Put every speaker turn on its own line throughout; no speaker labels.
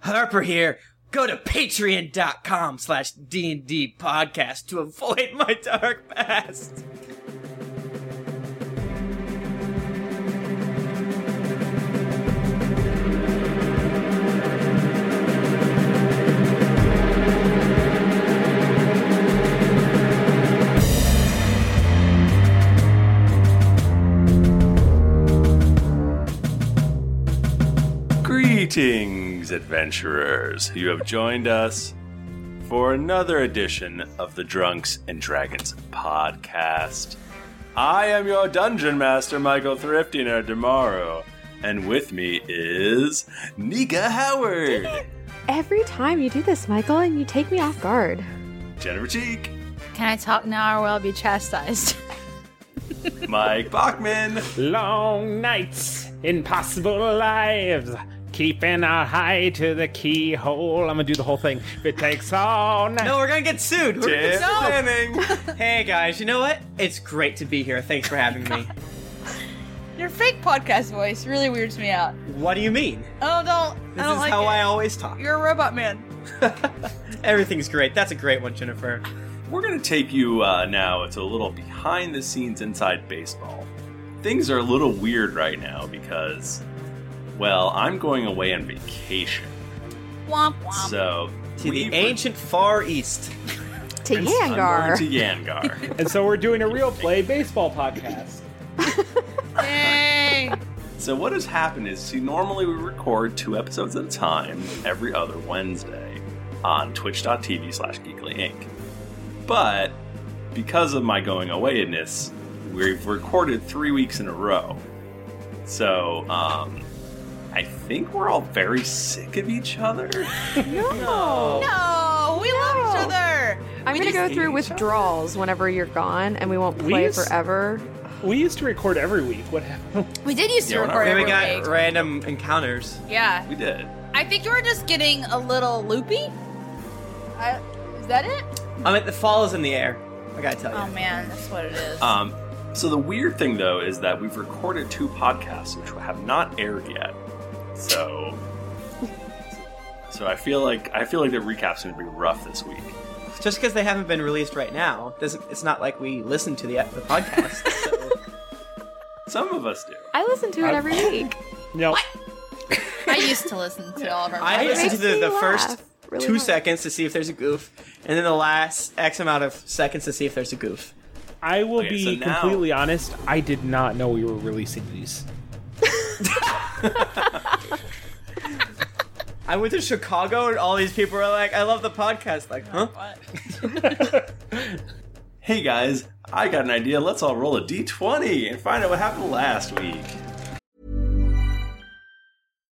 Harper here. Go to patreon.com slash D&D podcast to avoid my dark past.
Greetings, adventurers. You have joined us for another edition of the Drunks and Dragons podcast. I am your dungeon master, Michael Thriftina Demaru, and with me is Nika Howard,
Every time you do this, Michael, and you take me off guard.
Jennifer Cheek,
Can I talk now or will I be chastised?
Mike Bachman,
Long nights, impossible lives, keeping our eye to the keyhole. I'm gonna do the whole thing. If it takes all night.
No, we're gonna get sued. We're gonna
Tim
get sued.
Manning.
Hey guys, you know what? It's great to be here. Thanks for having me.
Your fake podcast voice really weirds me out.
What do you mean?
Oh, don't.
This
I don't
is
like
how
it.
I always talk.
You're a robot man.
Everything's great. That's a great one, Jennifer.
We're going to take you uh, now to a little behind the scenes inside baseball. Things are a little weird right now because, well, I'm going away on vacation.
Womp womp.
So,
To
we
the ancient Far East.
To
I'm going
Yangar.
to Yangar.
And so we're doing a real play baseball podcast.
Yay!
so, what has happened is, see, normally we record two episodes at a time every other Wednesday on twitch.tv slash geekly inc. But because of my going awayness, we've recorded three weeks in a row. So, um, I think we're all very sick of each other.
Oh.
No.
No, we love each
No.
other.
I'm
We
gonna go
just-
through withdrawals whenever you're gone, and we won't play
Please?
forever.
We used to record every week. What happened?
We did used to
Yeah, we're not
record
Here
every
we got
week.
random encounters.
Yeah,
We did.
I think you were just getting a little loopy. I, is that it?
I mean, the fall is in the air. I gotta tell you.
Oh man, that's what it is.
Um, so the weird thing though is that we've recorded two podcasts which have not aired yet. So, so I feel like I feel like the recap's going to be rough this week.
Just because they haven't been released right now, doesn't it's not like we listen to the, the podcast. so.
Some of us do.
I listen to it
I-
every week.
No.
I used to listen to all of our.
I
It
listen
makes
to the,
me
the
laugh
first
really
two
hard.
seconds to see if there's a goof, and then the last X amount of seconds to see if there's a goof.
I will
Okay,
be
so now-
completely honest. I did not know we were releasing these.
I went to Chicago, and all these people were like, "I love the podcast." Like, huh?
What?
Hey guys, I got an idea. Let's all roll a d20 and find out what happened last week.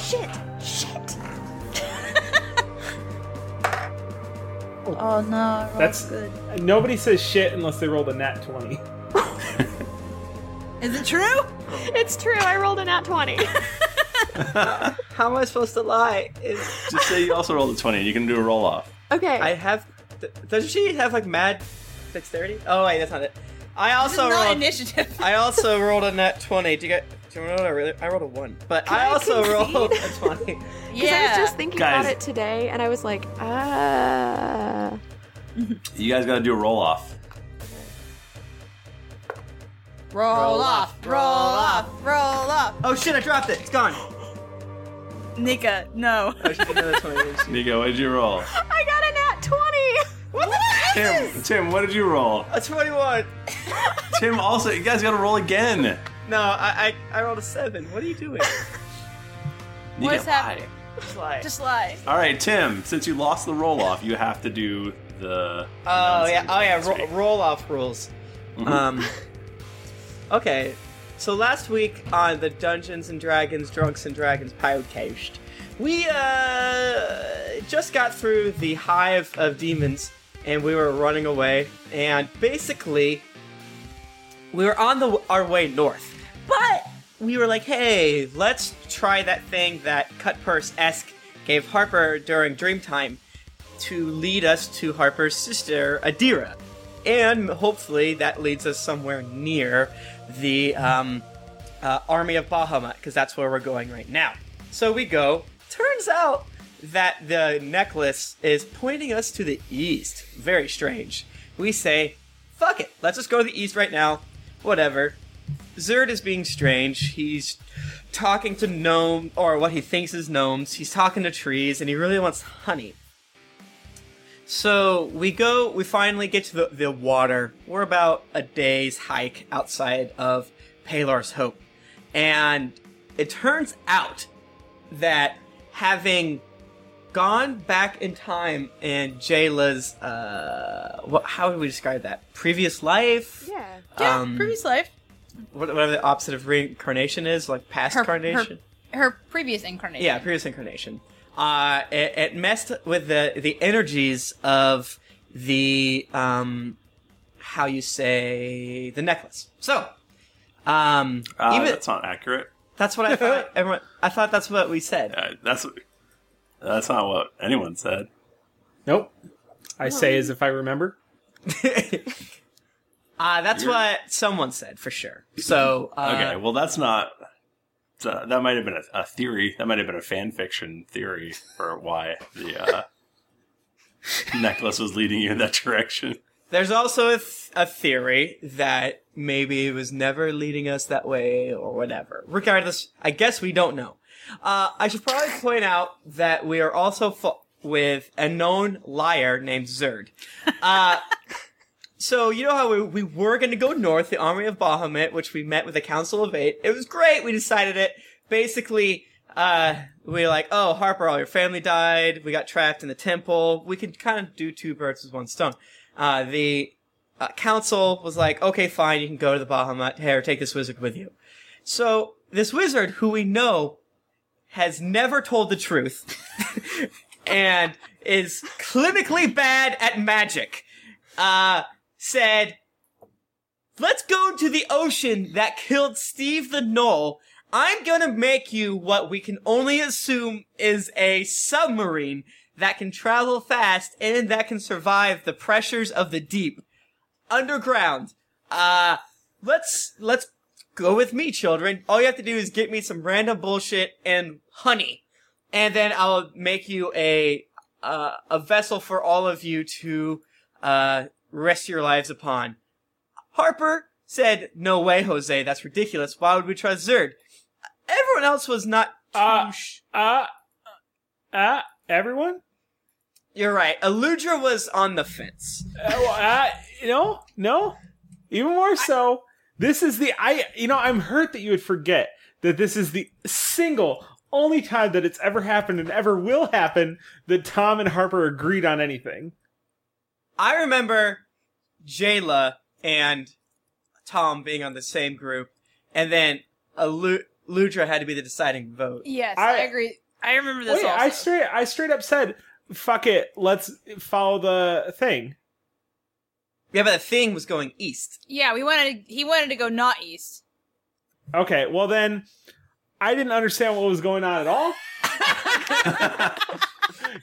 Shit! Shit! oh no, I rolled
That's
good.
Nobody says shit unless they rolled a nat 20.
Is it true?
It's true. I rolled a nat 20.
How am I supposed to lie? It's-
Just say you also rolled a 20 and you can do a roll off.
Okay.
I have. th- does she have like mad dexterity? Oh wait, that's not it. I
This
also
is not
rolled.
initiative.
I also rolled a net twenty. Do you get? Do you know what I really? I rolled a one, but
Can
I,
I
also
concede?
rolled a twenty.
Because I was just thinking
Guys.
about it today, and I was like, ah.
You guys got to do a roll off.
Roll, off, roll off, roll off.
Oh shit! I dropped it. It's gone.
Nika, no.
Oh, she did another twenty.
Nico, what did you roll?
I got a nat 20!
What the heck?
Tim, Tim, what did you roll?
A twenty-one.
Tim, also, you guys got to roll again.
No, I, I I rolled a seven. What are you doing?
You
What's
get-
happening?
Just lie.
Just lie.
All right, Tim, since you lost the roll off, you have to do the.
Oh yeah, oh yeah,
Nonsense.
ro- roll off rules. Um,
Mm-hmm.
okay, so last week on the Dungeons and Dragons, Drunks and Dragons podcast, we uh, just got through the hive of demons, and we were running away, and basically, we were on the our way north, but we were like, hey, let's try that thing that Cutpurse esque gave Harper during Dreamtime to lead us to Harper's sister, Adira. And hopefully that leads us somewhere near the um, uh, army of Bahamut, because that's where we're going right now. So we go. Turns out that the necklace is pointing us to the east. Very strange. We say, fuck it, let's just go to the east right now. Whatever. Zerd is being strange. He's talking to gnome, or what he thinks is gnomes. He's talking to trees, and he really wants honey. So we go, we finally get to the, the water. We're about a day's hike outside of Palar's Hope. And it turns out that having gone back in time in Jayla's, uh, what, how would we describe that? Previous life?
Yeah.
Yeah,
Um,
previous life.
What- Whatever the opposite of reincarnation is, like past carnation.
Her, her previous incarnation.
Yeah, previous incarnation. Uh, it, it messed with the the energies of the um, how you say the necklace. So, um,
Uh,
even
that's not accurate.
that's what I thought. Everyone, Um, I thought that's what we said.
Uh, that's that's not what anyone said.
Nope.
Oh.
I say as if I remember.
Uh, that's what someone said for sure. So, uh,
Okay, well, that's not. so that might have been a, a theory. That might have been a fan fiction theory for why the uh, necklace was leading you in that direction.
There's also a, th- a theory that maybe it was never leading us that way or whatever. Regardless, I guess we don't know. Uh, I should probably point out that we are also fo- with a known liar named Zerd. Uh, so, you know how we, we were going to go north, the army of Bahamut, which we met with the Council of Eight. It was great. We decided it. Basically, uh, we were like, oh, Harper, all your family died. We got trapped in the temple. We could kind of do two birds with one stone. Uh, the uh, council was like, okay, fine, you can go to the Bahamut. Here, take this wizard with you. So, this wizard, who we know has never told the truth and is clinically bad at magic, uh, said, Let's go to the ocean that killed Steve the Knoll. I'm gonna make you what we can only assume is a submarine that can travel fast and that can survive the pressures of the deep underground. Uh, let's, let's go with me, children. All you have to do is get me some random bullshit and honey. And then I'll make you a, uh, a vessel for all of you to, uh, rest your lives upon. Harper said, no way, Jose, that's ridiculous. Why would we trust Zerd? Everyone else was not too
Uh,
sh-
Uh, uh, everyone?
You're right. Aludra was on the fence.
Uh, well, uh, no, no. Even more so, this is the I. You know, I'm hurt that you would forget. that this is the single only time that it's ever happened and ever will happen that Tom and Harper agreed on anything.
I remember Jayla and Tom being on the same group, and then a Lu- Ludra had to be the deciding vote.
Yes, I, agree. I remember this.
Wait,
also.
I straight I straight up said, "Fuck it, let's follow the thing."
Yeah, but the thing was going east.
yeah, we wanted. He wanted to go not east.
Okay, well then, I didn't understand what was going on at all.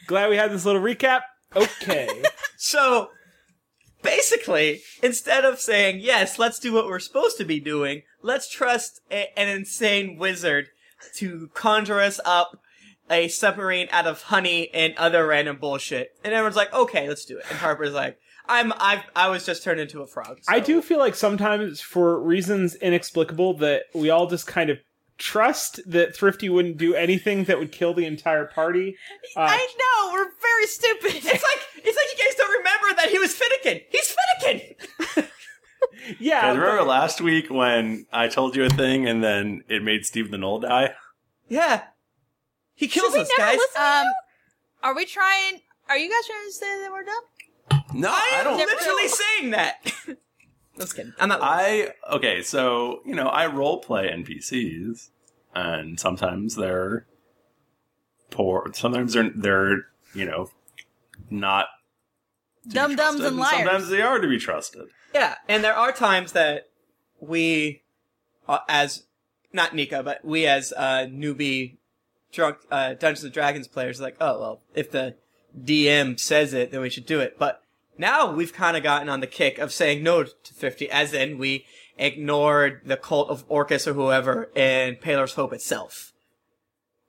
Glad we had this little recap. Okay.
So basically, instead of saying, yes, let's do what we're supposed to be doing, let's trust a- an insane wizard to conjure us up a submarine out of honey and other random bullshit. And everyone's like, okay, let's do it. And Harper's like, I'm, I've, I was just turned into a frog.
I do feel like sometimes, for reasons inexplicable, that we all just kind of trust that Thrifty wouldn't do anything that would kill the entire party. Uh,
I know we're very stupid. It's like it's like you guys don't remember that he was Finnegan. He's Finnegan.
yeah.
Guys, remember last week when I told you a thing and then it made Steve the Null die?
Yeah, he kills us,
never
guys.
listen to Um, are we trying? Are you guys trying to say that we're dumb?
No,
I,
I
am
don't-
literally saying that. That's good. I'm not.
I okay, so you know, I role play NPCs, and sometimes they're poor. Sometimes they're they're you know not
Dum dums
trusted,
and liars.
Sometimes they are to be trusted.
Yeah, and there are times that we, uh, as not Nika, but we as uh, newbie drunk uh, Dungeons and Dragons players, are like, oh well, if the DM says it, then we should do it. But now we've kind of gotten on the kick of saying no to Thrifty, as in we ignored the cult of Orcus or whoever and Paler's Hope itself,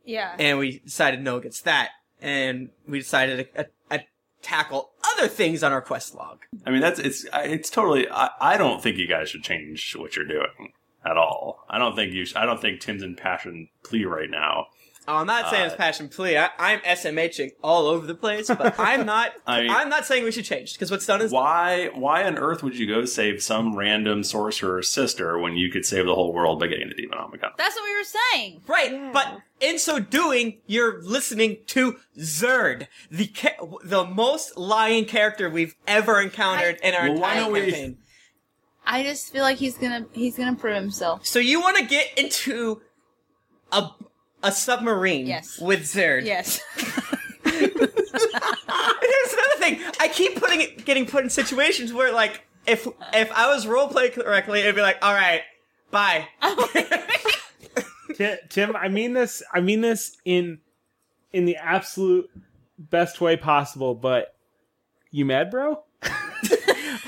Yeah.
and we decided no against that, and we decided to uh, uh, tackle other things on our quest log.
I mean, that's it's I- it's totally. I, I don't think you guys should change what you're doing at all. I don't think you. Sh- I don't think Tim's in passion plea right now.
Oh, I'm not saying
Uh,
it's passion plea. I, I'm SMHing all over the place, but I'm not. I
I mean-
am not saying we should change because what's done is
Why? Why on earth would you go save some random sorcerer's sister when you could save the whole world by getting the Demonomicon?
That's what we were saying.
right. But in so doing, you're listening to Zerd, the ca- the most lying character we've ever encountered in our
Well, why
entire
don't we-
campaign.
I just feel like he's gonna he's gonna prove himself.
So you want to get into a a submarine
Yes.
with Zerd?
Yes.
And here's another thing. I keep putting it, getting put in situations where, like, if if I was roleplay correctly, it'd be like, all right, bye.
Ti- Tim, I mean this. I mean this in in the absolute best way possible. But you mad, bro?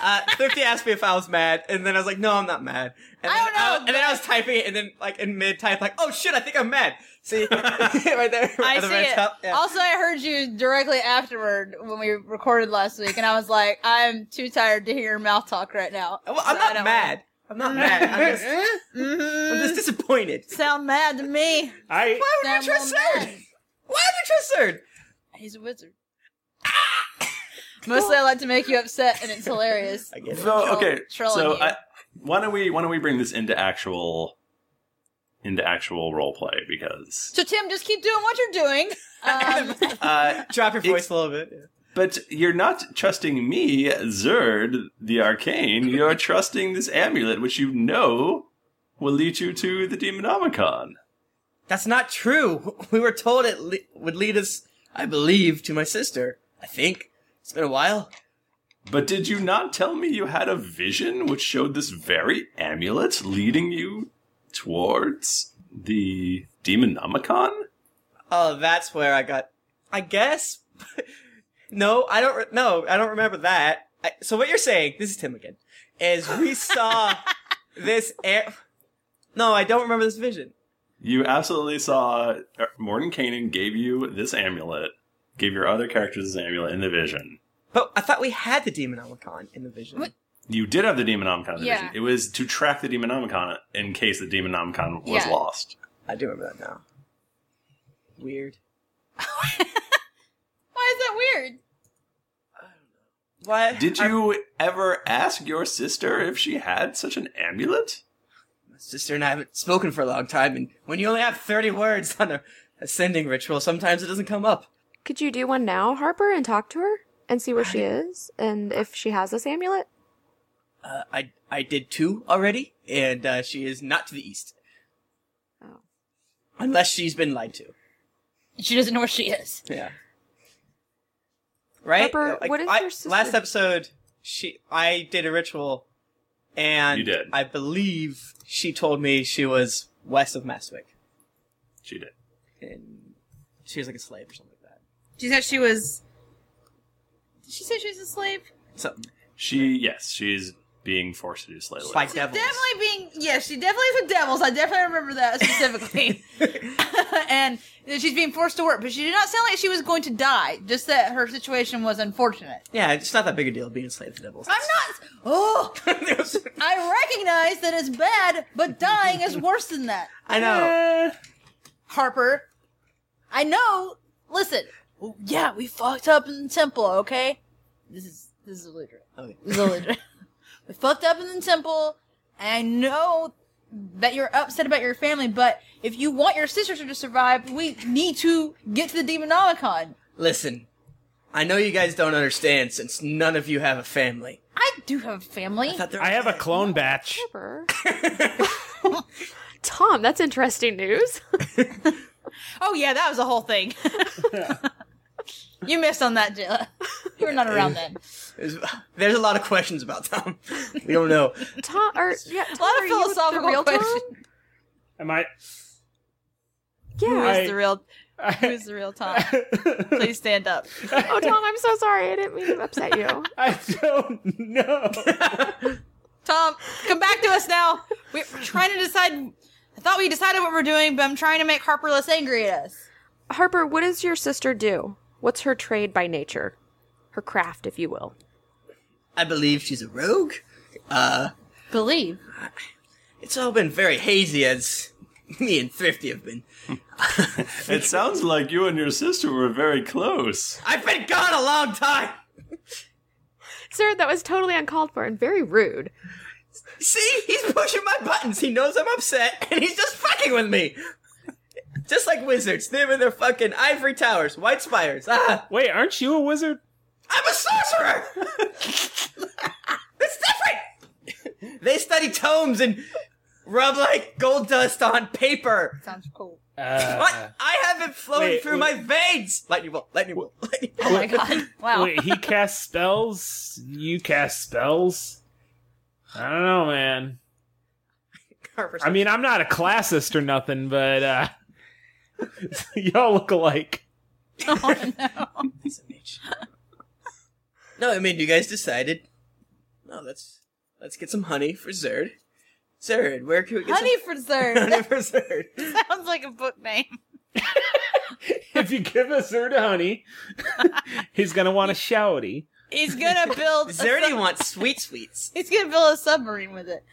Uh, Thrifty asked me if I was mad, and then I was like, no, I'm not mad. And
I
then
don't know,
and then I was typing it, and then like in mid type, like, oh shit, I think I'm mad. See, right there.
I
at the
see
very
it.
top. Yeah.
Also, I heard you directly afterward when we recorded last week, and I was like, I'm too tired to hear your mouth talk right now.
Well, I'm
So I
not
don't
mad. I'm not mad. I'm just,
Mhm.
I'm just disappointed.
Sound mad to me.
I
Why would
Sound
you trust
well
Zerd?
mad.
Why would you trust Zerd?
He's a wizard. Mostly, I like to make you upset, and it's hilarious.
I get it.
So
Troll-
okay,
trolling
so
you.
I, why don't we why don't we bring this into actual into actual role play because
So Tim, just keep doing what you're doing. Um,
uh,
Drop your voice a little bit. yeah.
but you're not trusting me, Zerd, the arcane. You're trusting this amulet, which you know will lead you to the Demonomicon.
That's not true. We were told it le- would lead us, I believe, to my sister. I think. It's been a while.
But did you not tell me you had a vision which showed this very amulet leading you towards the Demonomicon?
Oh, that's where I got. I guess. no, I don't. Re- no, I don't remember that. I, so what you're saying? This is Tim again. Is we saw this. Air- no, I don't remember this vision.
You absolutely saw uh, Morton Kanan gave you this amulet, gave your other characters this amulet in the vision.
But I thought we had the Demonomicon in the vision.
What?
You did have the Demonomicon in the
Yeah.
vision. It was to track the Demonomicon in case the Demonomicon was
Yeah.
lost.
I do remember that now. Weird.
why is that weird?
What
Did you ever ask your sister if she had such an amulet?
My sister and I haven't spoken for a long time, and when you only have 30 words on a ascending ritual, sometimes it doesn't come up.
Could you do one now, Harper, and talk to her and see where she is and if she has this amulet?
Uh, I, I did two already, and uh, she is not to the east.
Oh.
Unless she's been lied to.
She doesn't know where she is.
Yeah. Right?
Harper,
Like,
what if
I-
your sister-
Last episode, she I did a ritual, and
You did.
I believe she told me she was west of Mastwick,
She did.
and she was like a slave or something like that.
She said she was. Did she say she was a slave?
So
She yes, she's being forced to do slave labor.
by
She's
devils.
definitely being. Yeah, she definitely is with devils. I definitely remember that specifically. and she's being forced to work, but she did not sound like she was going to die. Just that her situation was unfortunate.
Yeah, it's not that big a deal being a slave to devils.
I'm not. Oh, I recognize that it's bad, but dying is worse than that. Uh,
I know.
Harper, I know. Listen, well, yeah, we fucked up in the temple. Okay, this is this is illiterate.
Okay.
This is illiterate. we fucked up in the temple, and I know that you're upset about your family. But if you want your sister to survive, we need to get to the Demonomicon.
Listen, I know you guys don't understand since none of you have a family.
I do have a family.
thought there
I
was-
have a clone batch.
Harper. Tom, that's interesting news.
Oh yeah, that was the whole thing. you missed on that, Jayla. You were not around then.
there's, there's a lot of questions about Tom. We don't know.
Tom, or yeah, Tom,
A lot
are
of
you the
philosophical
real Tom?
questions.
Am I?
Who
Yeah.
I-
is the real? Who
I,
is the real Tom? Please stand up.
Oh, Tom, I'm so sorry. I didn't mean to upset you.
I don't know.
Tom, come back to us now. We're trying to decide. I thought we decided what we're doing, but I'm trying to make Harper less angry at us.
Harper, what does your sister do? What's her trade by nature? Her craft, if you will.
I believe she's a rogue. Uh,
Believe.
It's all been very hazy as me and Thrifty have been.
It sounds like you and your sister were very close.
I've been gone a long time.
Sir, that was totally uncalled for and very rude.
See, he's pushing my buttons. He knows I'm upset, and he's just fucking with me. Just like wizards, them and their fucking ivory towers, white spires. Ah,
Wait, aren't you a wizard?
I'm a sorcerer. it's different. they study tomes and rub like gold dust on paper.
Sounds cool.
What? I have it flowing
Uh, wait,
through
wait.
my veins. Lightning bolt, lightning bolt, lightning bolt.
Oh my god. Wow.
Wait, he casts spells. You cast spells. I don't know, man. I mean, I'm not a classist or nothing, but uh, y'all look alike.
Piece of nature. no, I mean, you guys decided. No, let's let's get some honey for Zerd. Zerd, where can we get
Honey
some
for dessert.
honey for Zerd?
Sounds like a book name.
If you give a Zerd a honey, he's gonna want a shouty.
He's gonna build. a
Zerdy
sub-
wants sweet sweets.
He's gonna build a submarine with it.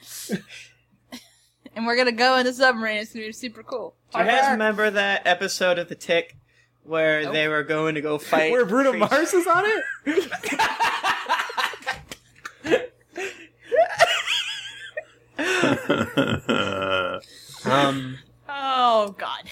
and we're gonna go in the submarine. It's gonna be super cool.
Do you guys
Harper.
remember that episode of The Tick where they were going to go fight?
Where Bruno
creatures-
Mars is on it?
Um,
Oh god.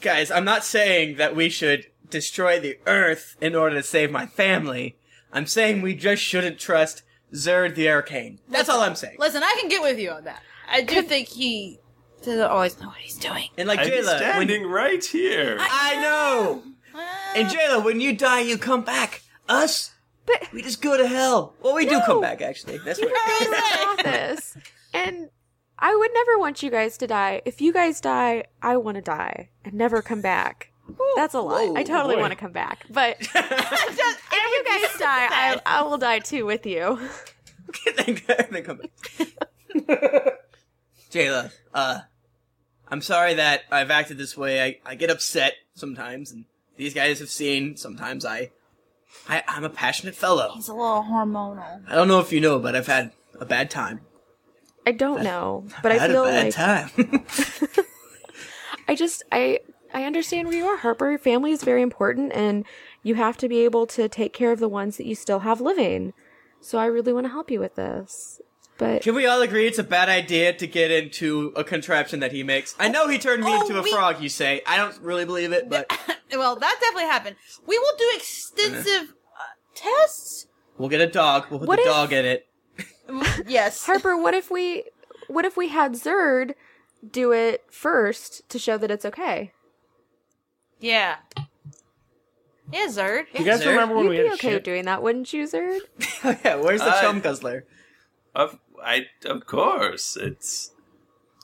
guys, I'm not saying that we should destroy the Earth in order to save my family. I'm saying we just shouldn't trust Zerd the Arcane. That's all I'm saying.
Listen, I can get with you on that. I do think he doesn't always know what he's doing.
And like
I'm
Jayla, when
standing right here.
I know. And Jayla, when you die, you come back. Us,
But-
we just go to hell. Well, we do come back actually. That's what.
Stop this. And I would never want you guys to die. If you guys die, I want to die and never come back. That's a lie. I totally
boy.
want to come back. But if you guys die, I, I will die too with you.
then, then come back. Jayla, uh, I'm sorry that I've acted this way. I, I get upset sometimes, and these guys have seen sometimes I, I I'm a passionate fellow.
He's a little hormonal.
I don't know if you know, but I've had a bad time.
I don't know, but
I
I
had
feel
a bad
like
time.
I just I I understand where you are, Harper. Your family is very important, and you have to be able to take care of the ones that you still have living. So I really want to help you with this. but
Can we all agree it's a bad idea to get into a contraption that he makes? I know he turned me
Oh,
into a
we-
frog, you say. I don't really believe it, but
well, that definitely happened. We will do extensive uh, tests.
we'll get a dog. We'll put
What
the
if-
dog in it.
Yes.
Harper, what if we what if we had Zerd do it first to show that it's okay?
Yeah. Yeah, Zerd.
You guys remember when
You'd
we
be
had
okay
shit?
doing that, wouldn't you, Zerd?
yeah, where's the
Uh,
chum guzzler?
Of I of course it's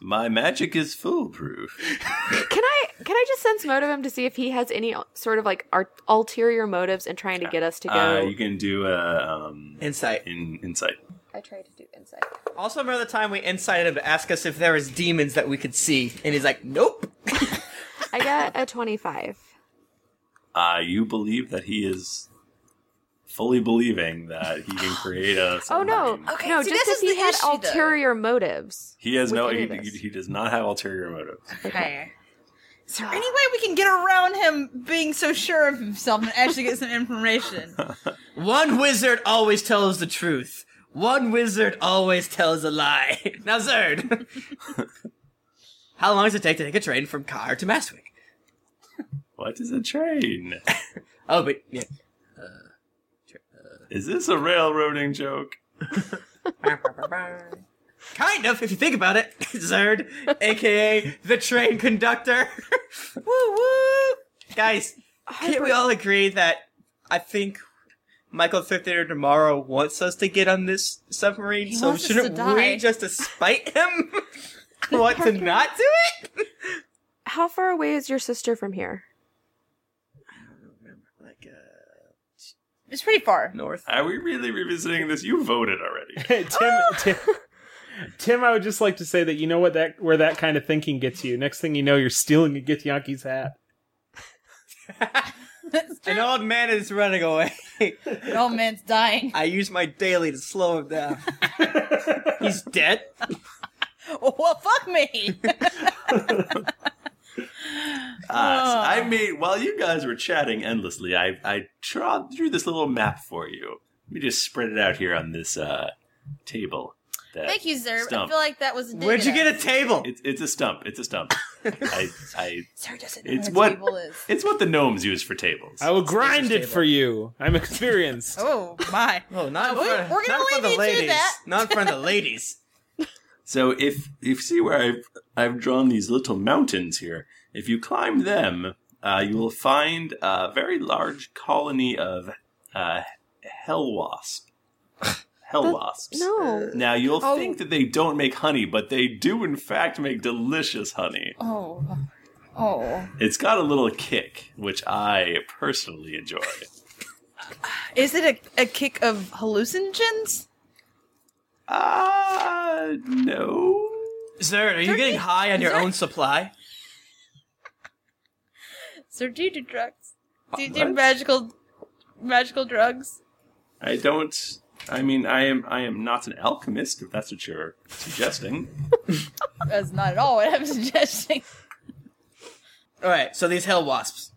my magic is foolproof.
Can I can I just sense motive him to see if he has any sort of like art, ulterior motives in trying to get us to go?
Uh, you can do a um,
Insight.
in insight.
I tried to do insight.
Also, remember the time we incited him to ask us if there was demons that we could see, and he's like, "Nope."
I got a twenty-five.
Uh, you believe that he is fully believing that he can create a.
Oh no!
submarine.
Okay,
no,
see,
just if
this
he
is the
had
issue, though.
ulterior motives.
He has
with
no.
any
He,
of this.
he does not have ulterior motives.
Okay. Is there any way we can get around him being so sure of himself and actually get some information?
One wizard always tells the truth. One wizard always tells a lie. now, Zerd, how long does it take to take a train from Car to Mastwick?
What is a train?
Oh, but yeah.
Is this a railroading joke?
Kind of, if you think about it. Zerd, aka the train conductor. woo woo! Guys, can't we all agree that I think Michael Thither tomorrow wants us to get on this submarine, so
wants us to
shouldn't
die.
we, just to spite him, want to not do it?
How far away is your sister from here?
Like, uh,
it's pretty far.
north.
Are we really revisiting this? You voted already.
Tim, Tim, Tim, I would just like to say that you know what that where that kind of thinking gets you. Next thing you know, you're stealing a Githyanki's hat.
An old man is running away.
Oh, man's dying.
I use my daily to slow him down. He's dead?
Well, fuck me.
Ah, so I made while you guys were chatting endlessly. I I tra- drew this little map for you. Let me just spread it out here on this uh, table. that-
Thank you, Zerb. I
Stump.
feel like that was. A dig
Where'd
at
you get
us.
a table?
It's it's a stump. It's a stump. I I
Zerd doesn't know
it's
where
what
the table is.
it's what the gnomes use for tables.
I will grind it for you. I'm experienced.
Oh my!
Oh, not in
we-
front,
we're gonna
not in front of
leave you to
the ladies.
that.
Not in front of the ladies.
So if if you see where I've I've drawn these little mountains here, if you climb them, uh, you will find a very large colony of uh, hell wasp. Hell wasps.
No.
Now you'll
Oh.
think that they don't make honey, but they do in fact make delicious honey.
Oh, oh.
It's got a little kick, which I personally enjoy.
Is it a, a kick of hallucinogens?
Ah, no.
Zerd, are you getting high on your own supply?
Sir, do you do drugs? Do you do
What?
magical, magical drugs?
I don't. I mean, I am. I am not an alchemist, if that's what you're suggesting.
That's not at all what I'm suggesting.
All right, so these hell wasps.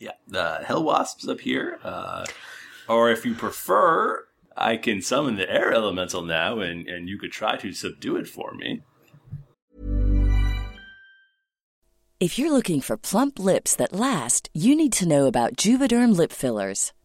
yeah, the hell wasps up here, uh, or if you prefer, I can summon the air elemental now, and and you could try to subdue it for me.
If you're looking for plump lips that last, you need to know about Juvederm lip fillers.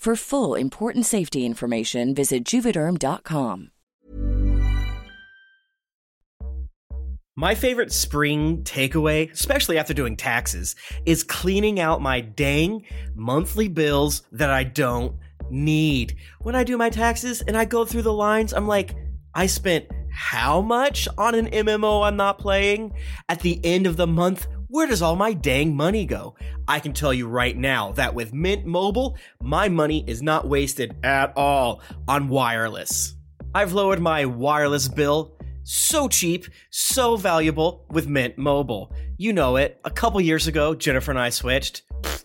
For full important safety information, visit juvederm.com.
My favorite spring takeaway, especially after doing taxes, is cleaning out my dang monthly bills that I don't need. When I do my taxes and I go through the lines, I'm like, I spent how much on an MMO I'm not playing? At the end of the month, where does all my dang money go? I can tell you right now that with Mint Mobile, my money is not wasted at all on wireless. I've lowered my wireless bill so cheap, so valuable with Mint Mobile. You know it. A couple years ago, Jennifer and I switched. Pfft,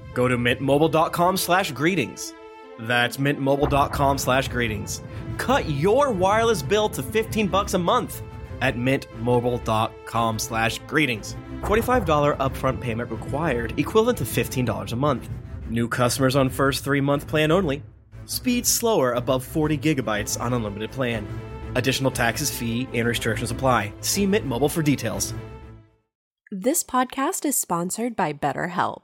go to mintmobile.com slash greetings. That's mintmobile.com slash greetings. Cut your wireless bill to 15 bucks a month at mintmobile.com slash greetings. $45 upfront payment required, equivalent to $15 a month. New customers on first three-month plan only. Speed slower above 40 gigabytes on unlimited plan. Additional taxes, fee, and restrictions apply. See Mint Mobile for details.
This podcast is sponsored by BetterHelp.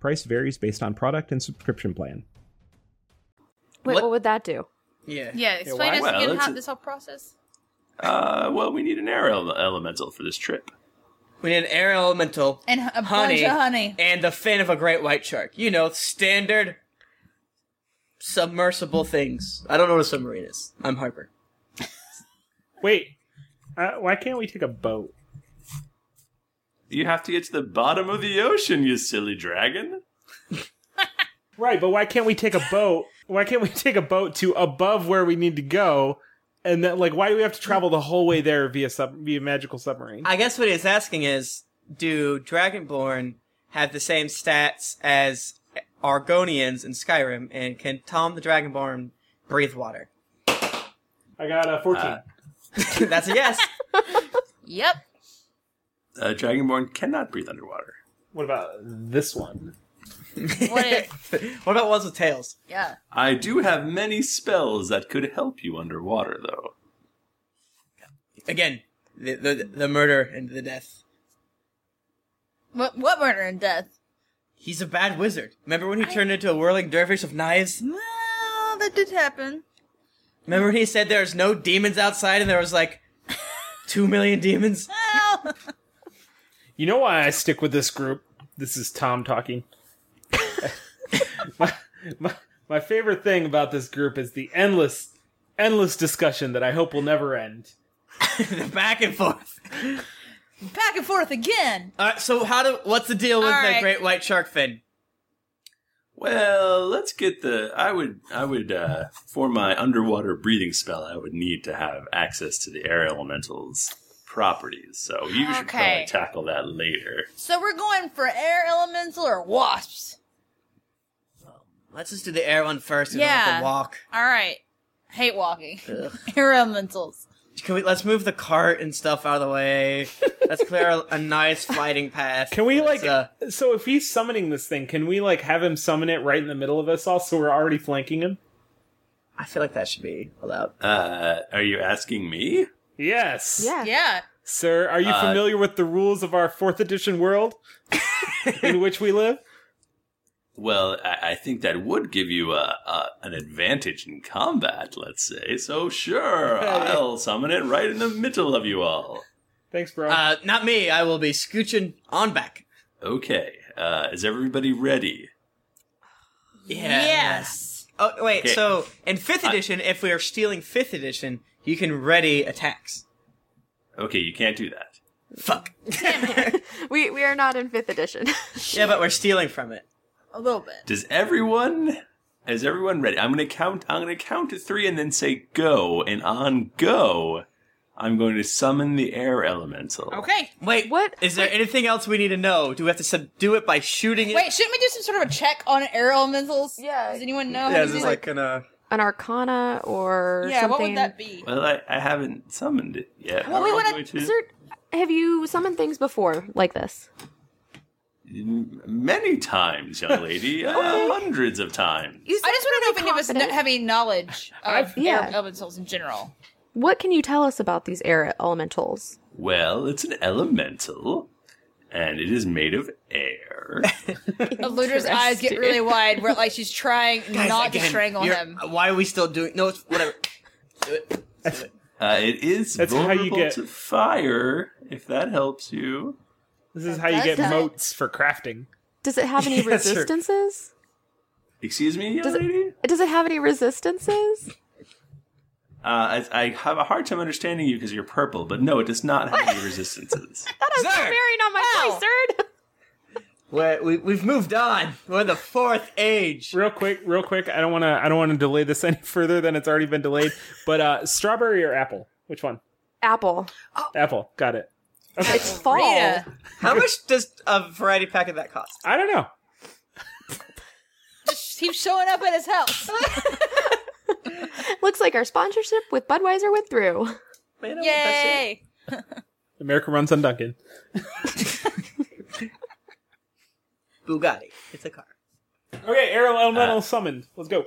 Price varies based on product and subscription plan.
Wait, what, would that do?
Yeah.
Yeah, explain us
Well,
again
it's
how
a-
this whole process.
Uh, well, we need an air ele- elemental for this trip.
We need an air elemental
and a
honey,
bunch of honey.
and the fin of a great white shark. You know, standard submersible things. I don't know what a submarine is. I'm Harper.
Wait, uh, why can't we take a boat?
You have to get to the bottom of the ocean, you silly dragon.
Right, but why can't we take a boat? Why can't we take a boat to above where we need to go? And then, like, why do we have to travel the whole way there via sub via magical submarine?
I guess what he's asking is, do Dragonborn have the same stats as Argonians in Skyrim, and can Tom the Dragonborn breathe water? Uh,
I got a 14.
That's a yes.
yep.
Uh, Dragonborn cannot breathe underwater.
What about this one?
What if?
What about ones with tails?
Yeah.
I do have many spells that could help you underwater, though.
Again, the the, the murder and the death.
What, what murder and death?
He's a bad wizard. Remember when he turned into a whirling dervish of knives?
Well, Oh, that did happen.
Remember when he said there's no demons outside, and there was like two million demons?
You know why I stick with this group? This is Tom talking. my, my, my favorite thing about this group is the endless, endless discussion that I hope will never end.
the back and forth.
Back and forth again.
All right. So how do? What's the deal with
All
the
right.
great white shark fin?
Well, let's get the. I would. I would. Uh, for my underwater breathing spell, I would need to have access to the air elementals properties. So you should probably
Okay.
tackle that later.
So we're going for air elemental or wasps.
Let's just do the air one first. And yeah.
Yeah.
the walk.
All right. Hate walking.
Ugh.
air elementals.
Can we? Let's move the cart and stuff out of the way. Let's clear a, a nice fighting path.
Can we like?
uh,
so if he's summoning this thing, can we like have him summon it right in the middle of us all, so we're already flanking him?
I feel like that should be allowed.
Uh, are you asking me?
Yes.
Yeah.
Sir, are you
Uh,
familiar with the rules of our fourth edition world in which we live?
Well, I, I think that would give you a, a an advantage in combat. Let's say so. Sure, I'll summon it right in the middle of you all.
Thanks, bro.
Uh, not me. I will be scooching on back.
Okay. Uh, is everybody ready?
Yeah.
Yes.
Oh wait.
Okay.
So in fifth edition, if we are stealing fifth edition, you can ready attacks.
Okay, you can't do that.
we we are not in fifth edition.
yeah, but we're stealing from it.
A little bit.
Does everyone? Is everyone ready? I'm gonna count. I'm gonna count to three and then say go. And on go, I'm going to summon the air elemental.
Okay.
Wait. What? Is there anything else we need to know? Do we have to subdue it by shooting it?
Wait, shouldn't we do some sort of a check on air elementals? Yeah. Does anyone know? how
yeah,
to
this
do
is
that?
like gonna.
An arcana or
Yeah,
something.
what would that be?
Well, I, I haven't summoned it yet.
Well, we
I'm
wanna-
going to-
is there- have you summoned things before like this?
many times, young lady, uh, hundreds of times.
I just want to know if any of us kn- have any knowledge of
yeah.
air elementals in general.
What can you tell us about these air elementals?
Well, it's an elemental, and it is made of air.
Eluder's eyes get really wide, where like she's trying
Guys,
not to
again,
strangle
you're-
him.
Why are we still doing? No, it's whatever.
Uh, it is
That's how you
vulnerable
get-
to fire, if that helps you.
This is how you
does
get
help.
moats for crafting.
Does it have any
Yeah, sure.
resistances?
Excuse me, young
Does
lady?
it, does it have any resistances?
Uh, I, I have a hard time understanding you because you're purple, but no, it does not have any resistances.
That is very not my place, sir.
We're, we we've moved on. We're the fourth age.
Real quick, real quick. I don't want to. I don't want to delay this any further than it's already been delayed. But uh strawberry or apple? Which one?
Apple.
Oh.
Apple. Got it.
It's fall.
How much does a variety pack of that cost?
I don't know.
Just keep showing up at his house.
Looks like our sponsorship with Budweiser went through.
Yay!
America runs on Duncan.
Bugatti. It's a car. Uh,
Okay, aerial elemental summoned. Let's go.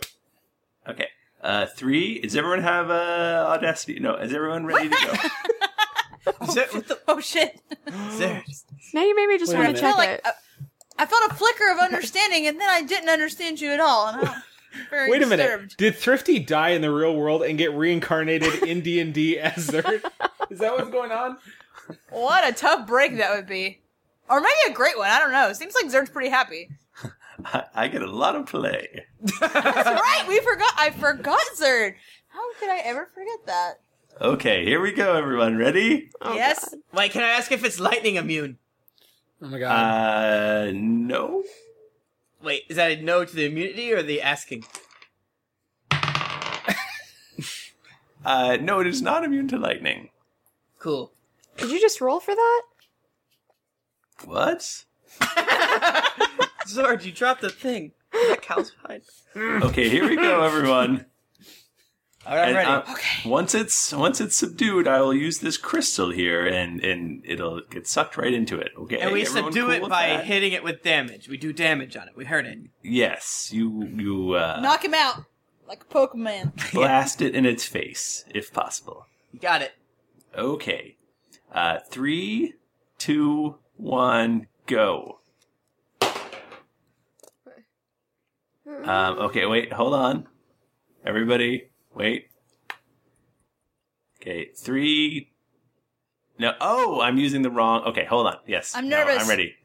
Okay. Uh, three. Does everyone have uh, audacity? No. Is everyone ready to go?
Oh shit!
Now you made me just
Wait a
want
minute.
to check
Like,
it.
I felt a flicker of understanding, and then I didn't understand you at all. And I'm very
Wait a minute.
disturbed.
Did Thrifty die in the real world and get reincarnated in D and D as their? Is that what's going on?
What a tough break that would be, or maybe a great one. I don't know. Seems like Zerd's pretty happy.
I, I get a lot of play.
That's right. We forgot. I forgot Zerd. How could I ever forget that?
Okay, here we go, everyone. Ready?
Oh,
yes.
Wait, can I ask if it's lightning immune?
Oh my
Uh, no.
Wait, is that a no to the immunity or the asking?
Uh, no, it is not immune to lightning.
Cool.
Did you just roll for that?
What?
Zord, you dropped the thing. That cow's fine.
Okay, here we go, everyone.
All
And,
right, I'm ready.
uh, Once it's once it's subdued, I will use this crystal here, and and it'll get sucked right into it. Okay,
and we
Everyone
subdue
cool
it
with
by
that?
hitting it with damage. We do damage on it. We heard it.
Yes, you you uh,
Knock him out like a Pokemon.
blast it in its face if possible.
You got it.
Okay, uh, three, two, one, go. Um, okay, wait, hold on, everybody, wait. Okay, three. No, oh, I'm using the wrong. Okay, hold on. Yes,
I'm
no,
nervous.
I'm ready.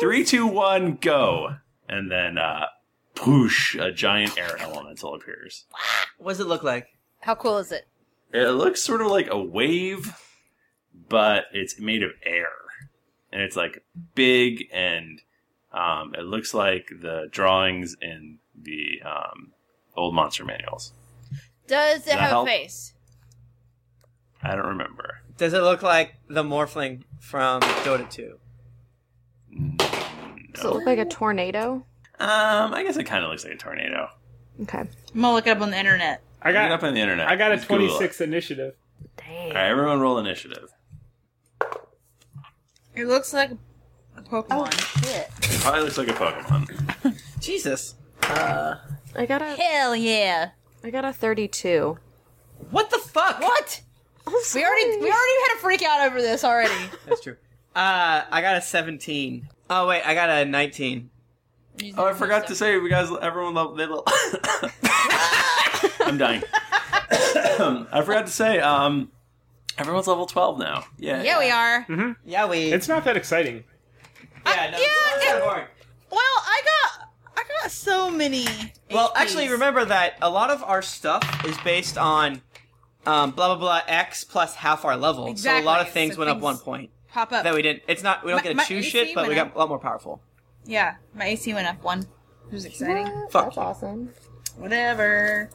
Three, two, one, go, and then uh, poosh, a giant air elemental appears.
What does it look like?
How cool is it?
It looks sort of like a wave, but it's made of air. And it's like big and um, it looks like the drawings in the um, old monster manuals.
Does it
That
have
help?
a face?
I don't remember.
Does it look like the morphling from Dota 2?
Does it look like a tornado?
Um, I guess it kind of looks like a tornado.
Okay. I'm
gonna look it up on the internet.
I
got it up on the internet.
I got a
Just Google it.
26 initiative.
All right, everyone roll initiative.
It looks like a Pokemon. Oh shit!
It probably looks like a Pokemon.
Jesus. Uh,
I got a
hell yeah.
I got a 32.
What the fuck?
What? We already we already had a freak out over this already.
That's true. Uh, I got a 17. Oh, wait, I got a 19.
Oh, I forgot to say, we guys, everyone, love, they love. I'm dying. I forgot to say, um, everyone's level 12 now. Yeah.
yeah, we are.
Mm-hmm.
Yeah, we.
It's not that exciting.
Yeah, no, yeah,
Well, I got I got so many.
Well, actually, remember that a lot of our stuff is based on um, blah blah blah x plus half our level. So a lot
Exactly,
of things
so
went up
things
one point.
Pop up.
That we didn't. It's not. We don't
My-
get
my
to choose
AC
shit, but we
went
got a lot more powerful.
Yeah, my AC went up one. It was exciting.
Fuck
That's
awesome.
Whatever.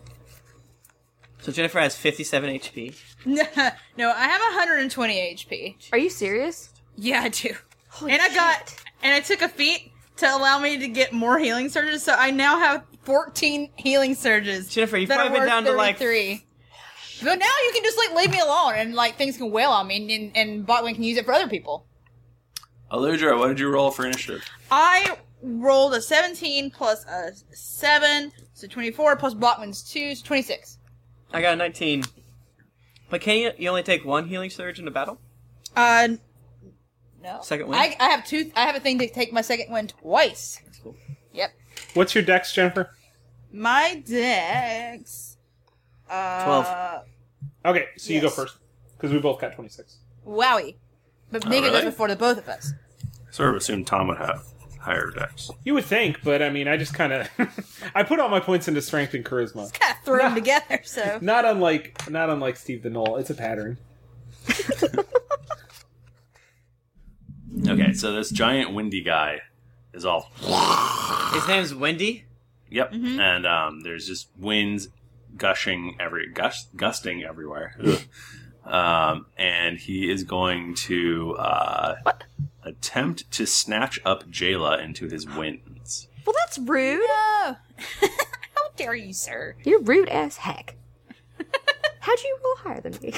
So Jennifer has 57 HP.
no, I have 120 HP.
Are you serious?
Yeah, I do. and I got and I took a feat to allow me to get more healing surges, so I now have 14 healing surges.
Jennifer, you've
that are
probably been
worth
down to, like,
33. But now you can just like leave me alone and like things can wail on me and and, and Botwin can use it for other people.
Aludra, what did you roll for initiative?
I rolled a 17 plus a 7, so 24 plus Botwin's 2, so 26.
I got a 19. But can you? You only take one healing surge in a battle.
Uh, no.
Second
win?
I, I have two. I have a thing to take my second win twice. That's
cool.
Yep.
What's your dex, Jennifer?
My dex. Uh,
Okay, so you go first because we both got 26.
Wowie. But
Oh,
Nika goes
really?
before the both of us.
Sort of assumed Tom would have higher dex.
You would think, but I mean, I just kind of I put all my points into strength and charisma.
I threw them together, so.
Not unlike not unlike Steve the Knoll. It's a pattern.
Okay, so this giant windy guy is all.
His name's Wendy.
Yep, and um, there's just winds gushing every gush, gusting everywhere, Ugh. um, and he is going to uh, attempt to snatch up Jayla into his winds.
Well, that's rude.
No. How dare you, sir?
You're rude as heck. How'd you roll higher than me?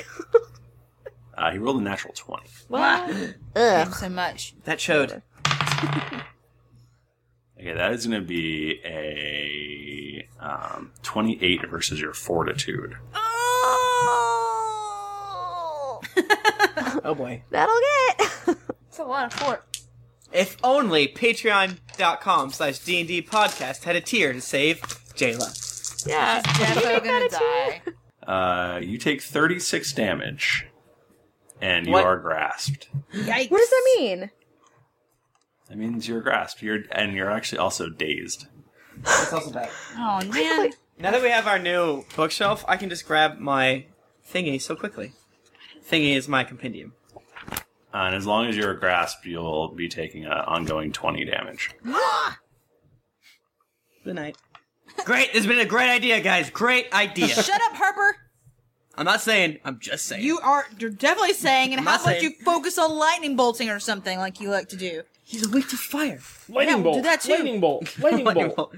Uh, he rolled a natural twenty.
Wow.
Ugh.
so much.
Ah. That showed.
Okay, that is going to be a um, twenty-eight versus your fortitude.
Oh boy.
That'll get.
It's a lot of fort.
If only patreon.com slash D&D podcast had a tier to save Jayla.
Yeah.
Defo gonna die.
Uh, you take thirty-six damage, and you
What?
are grasped.
Yikes.
What does that mean?
That means you're grasped. You're and you're actually also dazed.
That's also bad.
Oh, man.
Now that we have our new bookshelf, I can just grab my thingy so quickly. Thingy is my compendium.
Uh, And as long as you're grasped, you'll be taking an ongoing 20 damage.
Good night. Great. This has been a great idea, guys. Great idea.
Shut up, Harper.
I'm not saying. I'm just saying.
You are. You're definitely saying, and
I'm
how
not
about
saying.
you focus on lightning bolting or something like you like to do? He's weak to fire. yeah,
Lightning
we'll
bolt.
Do that too.
Lightning bolt. Lightning bolt.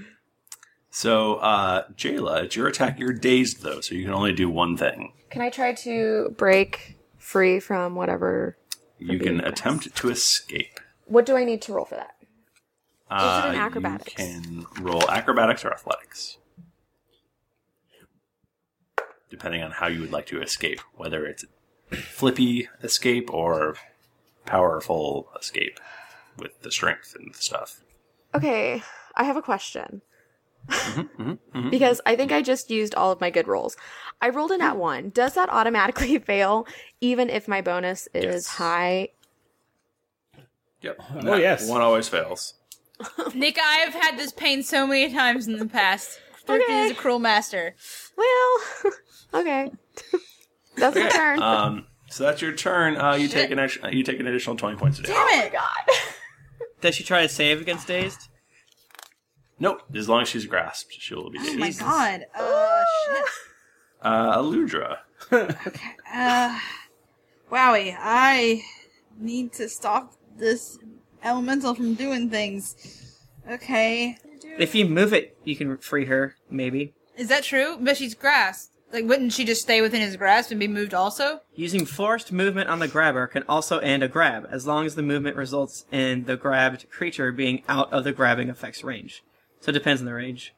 So, uh, Jayla, it's your attack. You're dazed, though, so you can only do one thing.
Can I try to break free from whatever?
You can attempt to escape.
What do I need to roll for that?
Uh,
an acrobatics?
You can roll acrobatics or athletics. Depending on how you would like to escape, whether it's flippy escape or powerful escape with the strength and stuff.
Okay, I have a question.
Mm-hmm,
Mm-hmm.
Because I think I just used all of my good rolls. I rolled in at one. Does that automatically fail, even if my bonus is high?
Yep.
Oh,
Nah,
yes.
One always fails.
Nick, I've had this pain so many times in the past. Thorfinn is a cruel master.
Well, okay. That's my turn.
Um, so that's your turn. Uh, you take an extra, you take an additional twenty points today.
Damn it!
Does she try to save against dazed?
Nope. As long as she's grasped, she will be.
Oh my
dazed.
god. Uh, shit.
Uh, Aludra.
Uh, wowie, I need to stop this elemental from doing things. Okay.
If you move it, you can free her, maybe.
Is that true? But she's grasped. Like, wouldn't she just stay within his grasp and be moved also?
Using forced movement on the grabber can also end a grab, as long as the movement results in the grabbed creature being out of the grabbing effect's range. So it depends on the range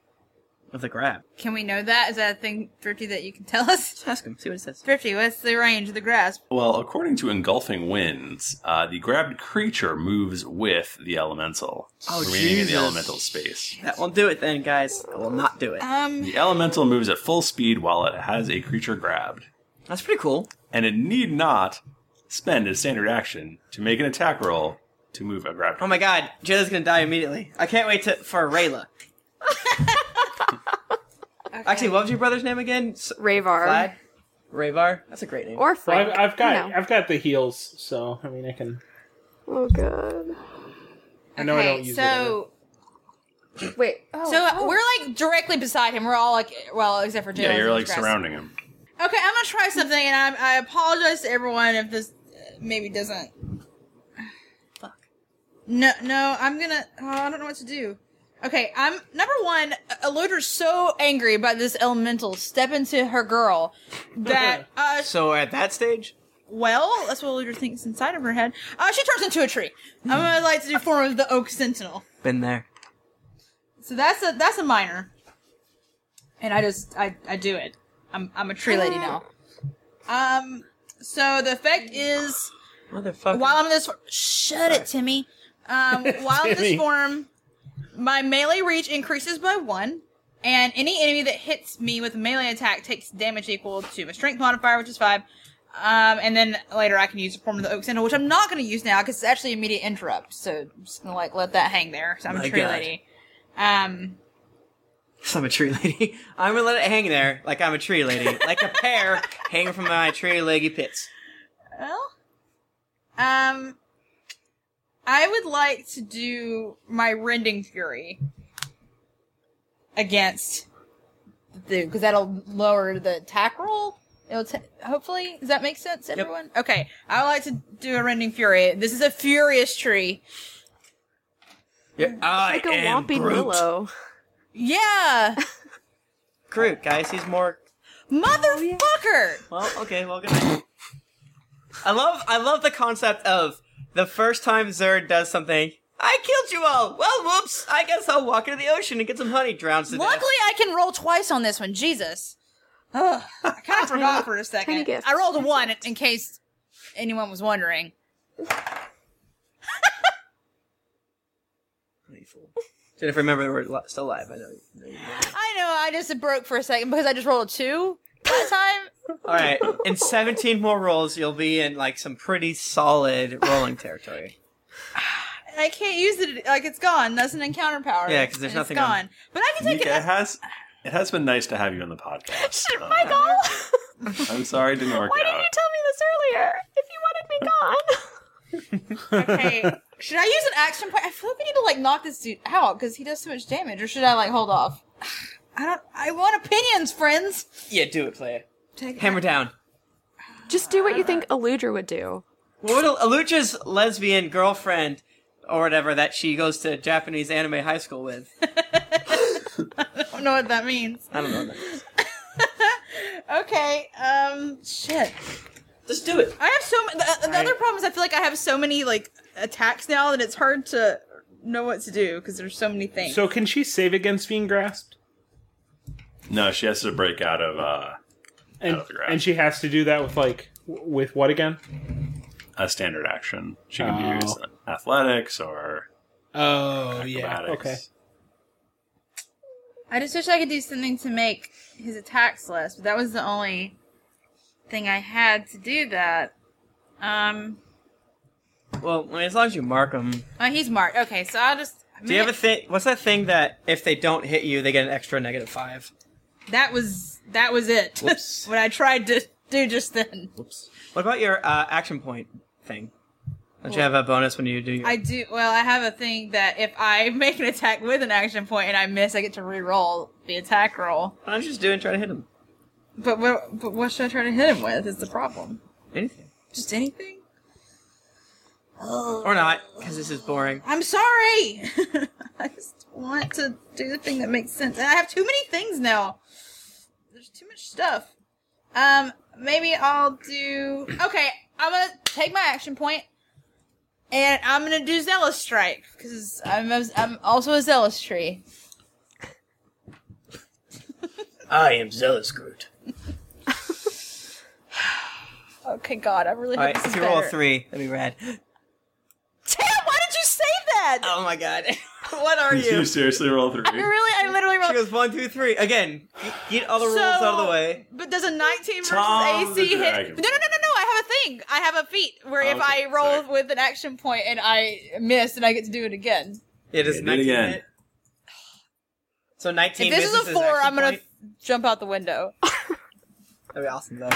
of the grab.
Can we know that? Is that a thing, Thrifty, that you can tell us?
ask him. See what it says.
Thrifty, what's the range of the grasp?
Well, according to Engulfing Winds, uh, the grabbed creature moves with the elemental,
Oh,
remaining in
Jesus.
the elemental space.
That won't do it then, guys. I will not do it.
Um,
The elemental moves at full speed while it has a creature grabbed,
That's pretty cool.
and it need not spend its standard action to make an attack roll to move a grabbed.
Oh my god, Jayla's gonna die immediately. I can't wait to, for Rayla. Actually, what was your brother's name again? S-
Rayvar.
Vlad? Rayvar? That's a great name.
Or
Well, I've, I've got I've got the heels, so I mean I can.
Oh god.
I know I don't use it.
so.
Wait.
oh,
so we're like directly beside him. We're all like, well, except for Jalen.
Yeah, you're
who's
like
grasped.
surrounding him.
Okay, I'm gonna try something, and I'm, I apologize to everyone if this uh, maybe doesn't. Fuck. No, no, I'm gonna. Oh, I don't know what to do. Okay, I'm number one. Eluder's so angry about this elemental step into her girl that uh,
so at that stage,
well, that's what Eluder thinks inside of her head. Uh, she turns into a tree. I'm gonna like to do form of the Oak Sentinel.
been there.
So that's a that's a minor. And I just I I do it. I'm I'm a tree lady now. Um. So the effect is
Motherfucker.
while I'm in this shut it, Timmy. Um, while in this
Timmy.
form, my melee reach increases by one, and any enemy that hits me with a melee attack takes damage equal to my strength modifier, which is five. Um, and then later I can use the form of the oak sentinel, which I'm not going to use now because it's actually immediate interrupt. So I'm just going to like let that hang there. So I'm
My
a tree
God.
lady. Um,
So I'm a tree lady. I'm gonna let it hang there like I'm a tree lady. like a pear hanging from my tree leggy pits.
well, um, I would like to do my rending fury against the because that'll lower the attack roll. It'll t- hopefully does that make sense, everyone? Okay, I would like to do a rending fury. This is a furious tree.
Yeah, I
like a
am
whomping
Groot.
willow. Oh, Yeah,
Groot, guys, he's more.
motherfucker.
Well, okay, well, good night. I love, I love the concept of the first time Zerd does something. I killed you all. Well, whoops. I guess I'll walk into the ocean and get some honey drowned to
Luckily, I can roll twice on this one. Jesus, Ugh, I kind of forgot for a second.
gift.
I rolled a one in case anyone was wondering.
death. Jennifer, remember we're li- still live. I know. you.
I know, I just broke for a second because I just rolled a two that time.
All right, in 17 more rolls, you'll be in like some pretty solid rolling territory.
And I can't use it. Like it's gone. That's an encounter power.
Yeah, 'cause there's
And it's
nothing
gone.
on-
But I can take
Nika,
it.
it has it has been nice to have you on the podcast.
Shit,
Uh,
my goal.
I'm sorry it didn't work
Why
out.
didn't you tell me this earlier? If you wanted me gone. okay. Should I use an action point? I feel like we need to like knock this dude out because he does so much damage. Or should I like hold off? I don't. I want opinions, friends.
Yeah, do it, player.
Take it.
Hammer down.
Just do what you think Aludra would do.
What would Alutra's lesbian girlfriend or whatever that she goes to Japanese anime high school with.
I don't know what that means.
I don't know. What that is.
Okay, um, shit.
Just do it.
I have so many. The, the other problem is I feel like I have so many like attacks now that it's hard to know what to do because there's so many things.
So can she save against being grasped?
No, she has to break out of uh,
And, and she has to do that with like w- with what again?
a standard action. She can
Oh.
use athletics or
Oh
acrobatics.
I just wish I could do something to make his attacks less, but that was the only thing I had to do that. Um,
Well, I mean, as long as you mark them.
oh, he's marked. Okay, so I'll just.
Do you have a thing? What's that thing that if they don't hit you, they get an extra negative five?
That was that was it. what I tried to do just then.
Whoops. What about your uh, action point thing? Don't you have a bonus when you do your?
I do well. I have a thing that if I make an attack with an action point and I miss, I get to re-roll the attack roll.
Why don't you just do it and try to hit him?
But what? But what should I try to hit him with? Is the problem?
Anything.
Just anything?
Or not, because this is boring.
I'm sorry. I just want to do the thing that makes sense. And I have too many things now. There's too much stuff. Um, maybe I'll do. Okay, I'm gonna take my action point, and I'm gonna do zealous strike because I'm a, I'm also a zealous tree.
I am zealous Groot.
Okay, God, I really
All
hope
right,
this is
if you roll a
better.
three, that'd be rad.
Tim, why did you say that?
Oh my God, what are
Did you
you?
seriously roll three?
I really, I literally rolled.
She goes one, two, three. Again, g- get all the rules out of the way.
But does a 19 versus
Tom the
AC hit? No, no, no,
Dragon.
no,
Oh,
no. I have a thing. I have a feat where if
Okay,
I roll with an action point and I miss, and I get to do it again.
It is
Hit it
nineteen.
again.
hit. So nineteen.
if this is
misses
a
his
four,
action
I'm gonna
point.
jump out the window.
That'd be awesome though.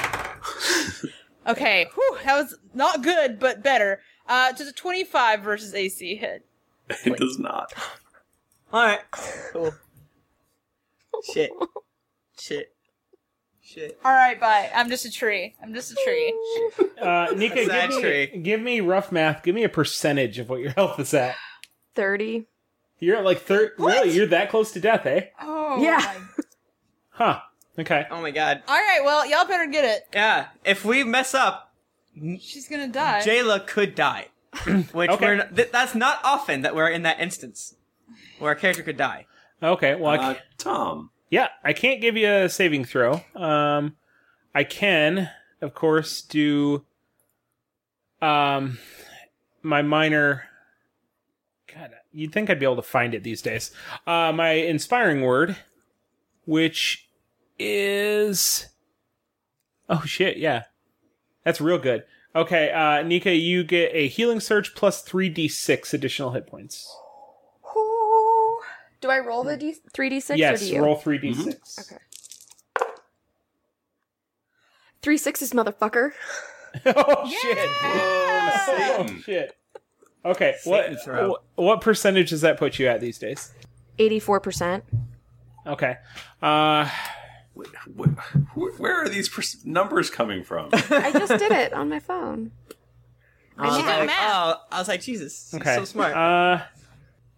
Okay, Whew, that was not good, but better. Uh, just a 25 versus AC hit.
It does not.
All right, cool. Shit, shit, shit.
All right, bye. I'm just a tree. I'm just a tree.
Uh, Nika,
Sad
give me, give me rough math. Give me a percentage of what your health is at.
30.
You're at like thirty. Really, you're that close to death, eh?
Oh,
yeah.
Huh. Okay.
Oh my god.
All right, well, y'all better get it.
Yeah, if we mess up,
She's gonna die.
Jayla could die. Which we're n- th- that's not often that we're in that instance where a character could die.
Okay. Well, I
Uh,
ca-
Tom.
Yeah, I can't give you a saving throw. Um, I can, of course, do. Um, my minor. God, you'd think I'd be able to find it these days. Uh, my inspiring word, which is. Oh shit! Yeah, that's real good. Okay, uh, Nika, you get a healing surge plus three d six additional hit points.
Do I roll the D- 3d6
yes,
or do you?
roll three d six.
Okay. Three sixes, motherfucker.
oh, shit. Oh, shit. Okay, what, what what percentage does that put you at these days?
84%.
Okay. Uh,
Wh- Where are these pers- numbers coming from?
I just did it on my phone.
I was,
Uh,
Yeah.
like,
Math.
oh, I was like, Jesus, she's
okay.
so smart.
Uh,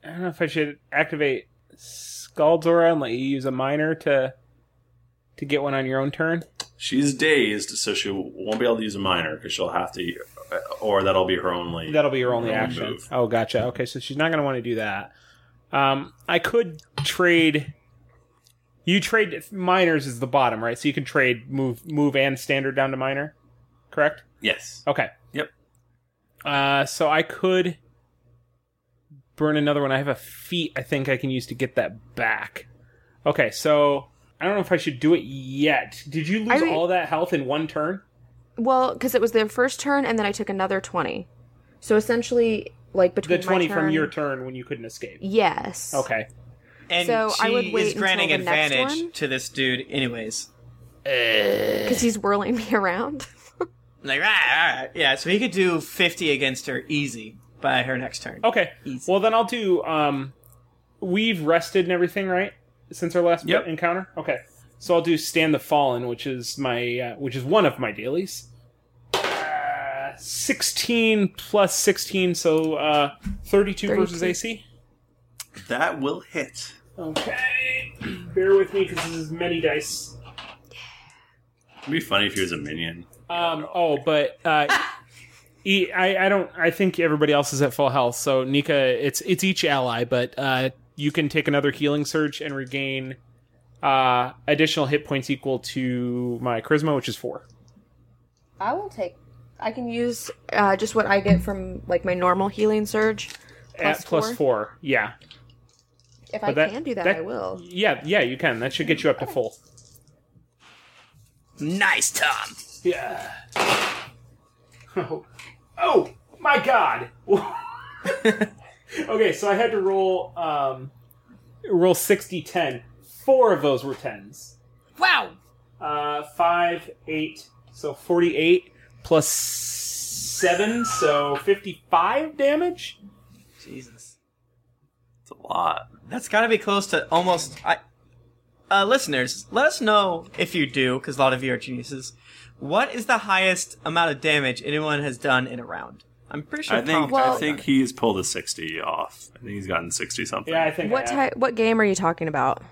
I don't know if I should activate Scaldora and let you use a miner to to get one on your own turn.
She's dazed, so she won't be able to use a minor because she'll have to, uh, or that'll be her only.
That'll be your only
her
action.
move.
Oh, gotcha. Okay, so she's not going to want to do that. Um, I could trade. You trade minors is the bottom, right? So you can trade move move and standard down to minor, correct?
Yes.
Okay.
Yep.
Uh, so I could burn another one. I have a feat I think I can use to get that back. Okay, so I don't know if I should do it yet. Did you lose
I mean-
all that health in one turn?
Well, because it was their first turn, and then I took another 20. So essentially, like between
The twenty
my
from your turn when you couldn't escape.
Yes.
Okay.
and
so
she
I would wait
is granting
until the next one?
advantage to this dude, anyways.
Because he's whirling me around.
Like, "Rah, rah, rah." yeah, so he could do 50 against her easy by her next turn.
Okay. Well, then I'll do. Um, we've rested and everything, right? Since our last
Yep.
encounter. Okay. So I'll do stand the fallen, which is my, uh, which is one of my dailies. Uh, sixteen plus sixteen, so uh, thirty-two versus
32.
AC.
That will hit.
Okay, bear with me because this is many dice.
It'd be funny if he was a minion.
Um, oh, but uh, e- I, I don't. I think everybody else is at full health. So Nika, it's it's each ally, but uh, you can take another healing surge and regain uh, additional hit points equal to my charisma, which is four.
I will take. I can use uh, just what I get from like my normal healing surge.
at Uh, plus four. Yeah,
If
But
I
that-
can do that,
that-
I will.
yeah, yeah. You can. That should get you up to full.
Nice, Tom.
Yeah. Oh, oh my God. okay, so I had to roll um, roll 60 10. Four of those were tens.
Wow.
Uh, five, eight, so 48 plus seven, so 55 damage.
Jesus.
It's a lot.
That's got to be close to almost. I, uh, listeners, let us know if you do, because a lot of you are geniuses. What is the highest amount of damage anyone has done in a round? I'm pretty sure.
I think
Tom-
I think he's pulled a sixty off. I think he's gotten sixty something.
Yeah, I think
What type? What game are you talking about?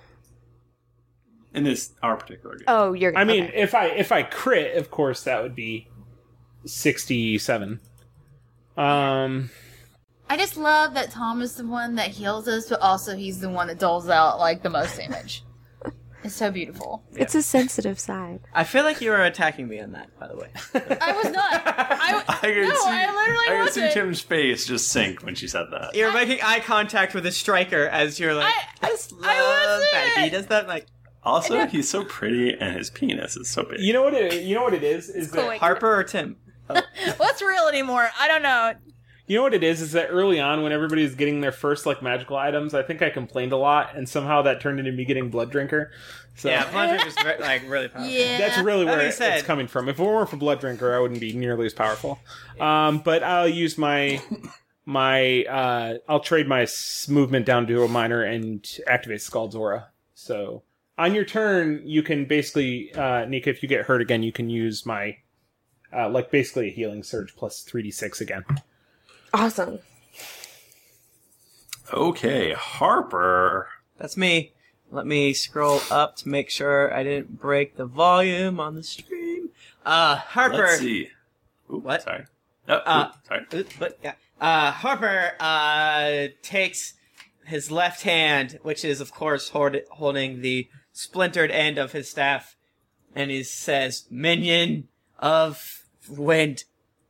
in this our particular game.
Oh, you're.
I mean, if I if I crit, of course that would be 67. Um
I just love that Tom is the one that heals us, but also he's the one that doles out like the most damage. it's so beautiful.
It's a sensitive side.
I feel like you were attacking me on that, by the way.
I can
No,
Oh,
see,
I literally
I can
wasn't.
see Tim's face just sink when she said that.
You're making eye contact with a striker as you're like, I, just love that. He does that like.
Also, he's so pretty and his penis is so big.
You know what it you know what it is is
cool, I
that
can- Harper
or Tim?
What's real anymore? I don't know.
You know what it is? Is that early on, when everybody was getting their first like magical items, I think I complained a lot, and somehow that turned into me getting Blood Drinker. So
Yeah, Plunge is re- like really powerful.
that's really
That
where
being
it-
said,
it's coming from. If it weren't for Blood Drinker, I wouldn't be nearly as powerful. Um, but I'll use my my uh, I'll trade my s- movement down to a minor and activate Scald's Aura. So on your turn, you can basically uh, Nika, if you get hurt again, you can use my uh, like basically a healing surge plus three d six again.
Awesome.
Okay, Harper.
That's me. Let me scroll up to make sure I didn't break the volume on the stream. Uh, Harper.
Let's see. what? Sorry. Oh,
Uh,
oop, sorry.
oop, But yeah, uh, Harper uh, takes his left hand, which is of course hoard- holding the splintered end of his staff, and he says, "Minion of wind,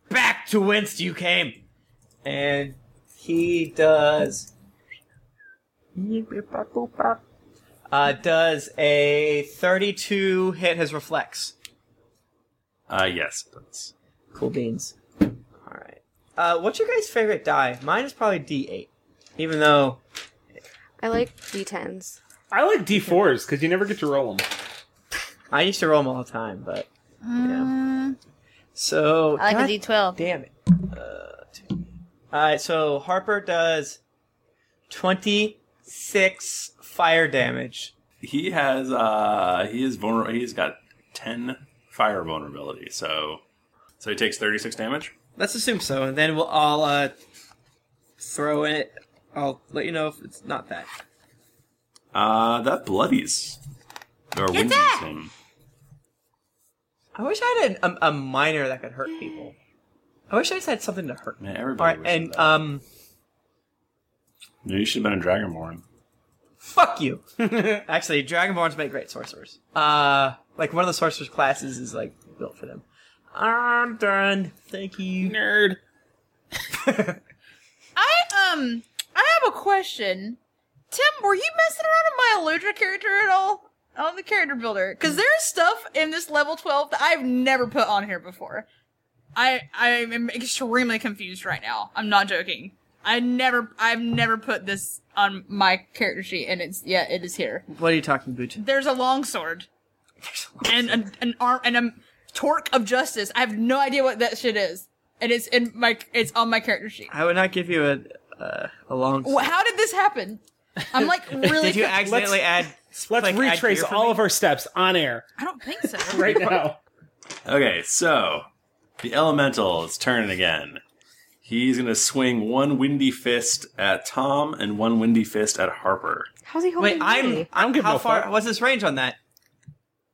back to whence you came," and he does. Uh, does a 32 hit his reflex?
Uh, yes, it does.
Cool beans. All right. Uh, what's your guys' favorite die? Mine is probably D8, even though
I like d10s.
I like D fours because you never get to roll them.
I used to roll them all the time, but so
I
God
like a D12.
Damn it. All right, so Harper does 26 fire damage.
He has uh he is vulnerable. He's got ten fire vulnerability. So so he takes thirty six damage.
Let's assume so, and then we'll all uh, throw in it. I'll let you know if it's not that.
Uh, that bloodies or wounds him.
I wish I had a, a, a minor that could hurt people. I wish I just had something to hurt.
Man, everybody
All right,
wishes
and um,
No, you should have been a dragonborn.
fuck you. Actually, Dragonborns make great sorcerers. Uh, like one of the sorcerers classes is like built for them. I'm done. Thank you,
nerd.
I um I have a question. Tim, were you messing around with my Eludra character at all? On the character builder.
Mm.
Because there's stuff in this level 12 that I've never put on here before. I I am extremely confused right now. I'm not joking. I never I've never put this on my character sheet and it's yeah, it is here.
What are you talking, Booch?
There's a longsword. And an, an arm and a torque of justice. I have no idea what that shit is. And it's in my it's on my character sheet.
I would not give you a uh, a long.
Wha- How did this happen? I'm like really.
Did you
confused.
accidentally add?
Let's
click add
retrace
gear for
all
me?
of our steps on air
I don't think so.
right now.
Okay, so The elemental is turning again. He's going to swing one windy fist at Tom and one windy fist at Harper.
How's he
holding Wait, I'm, I'm
giving
how
no
far?
fuck.
What's his range on that?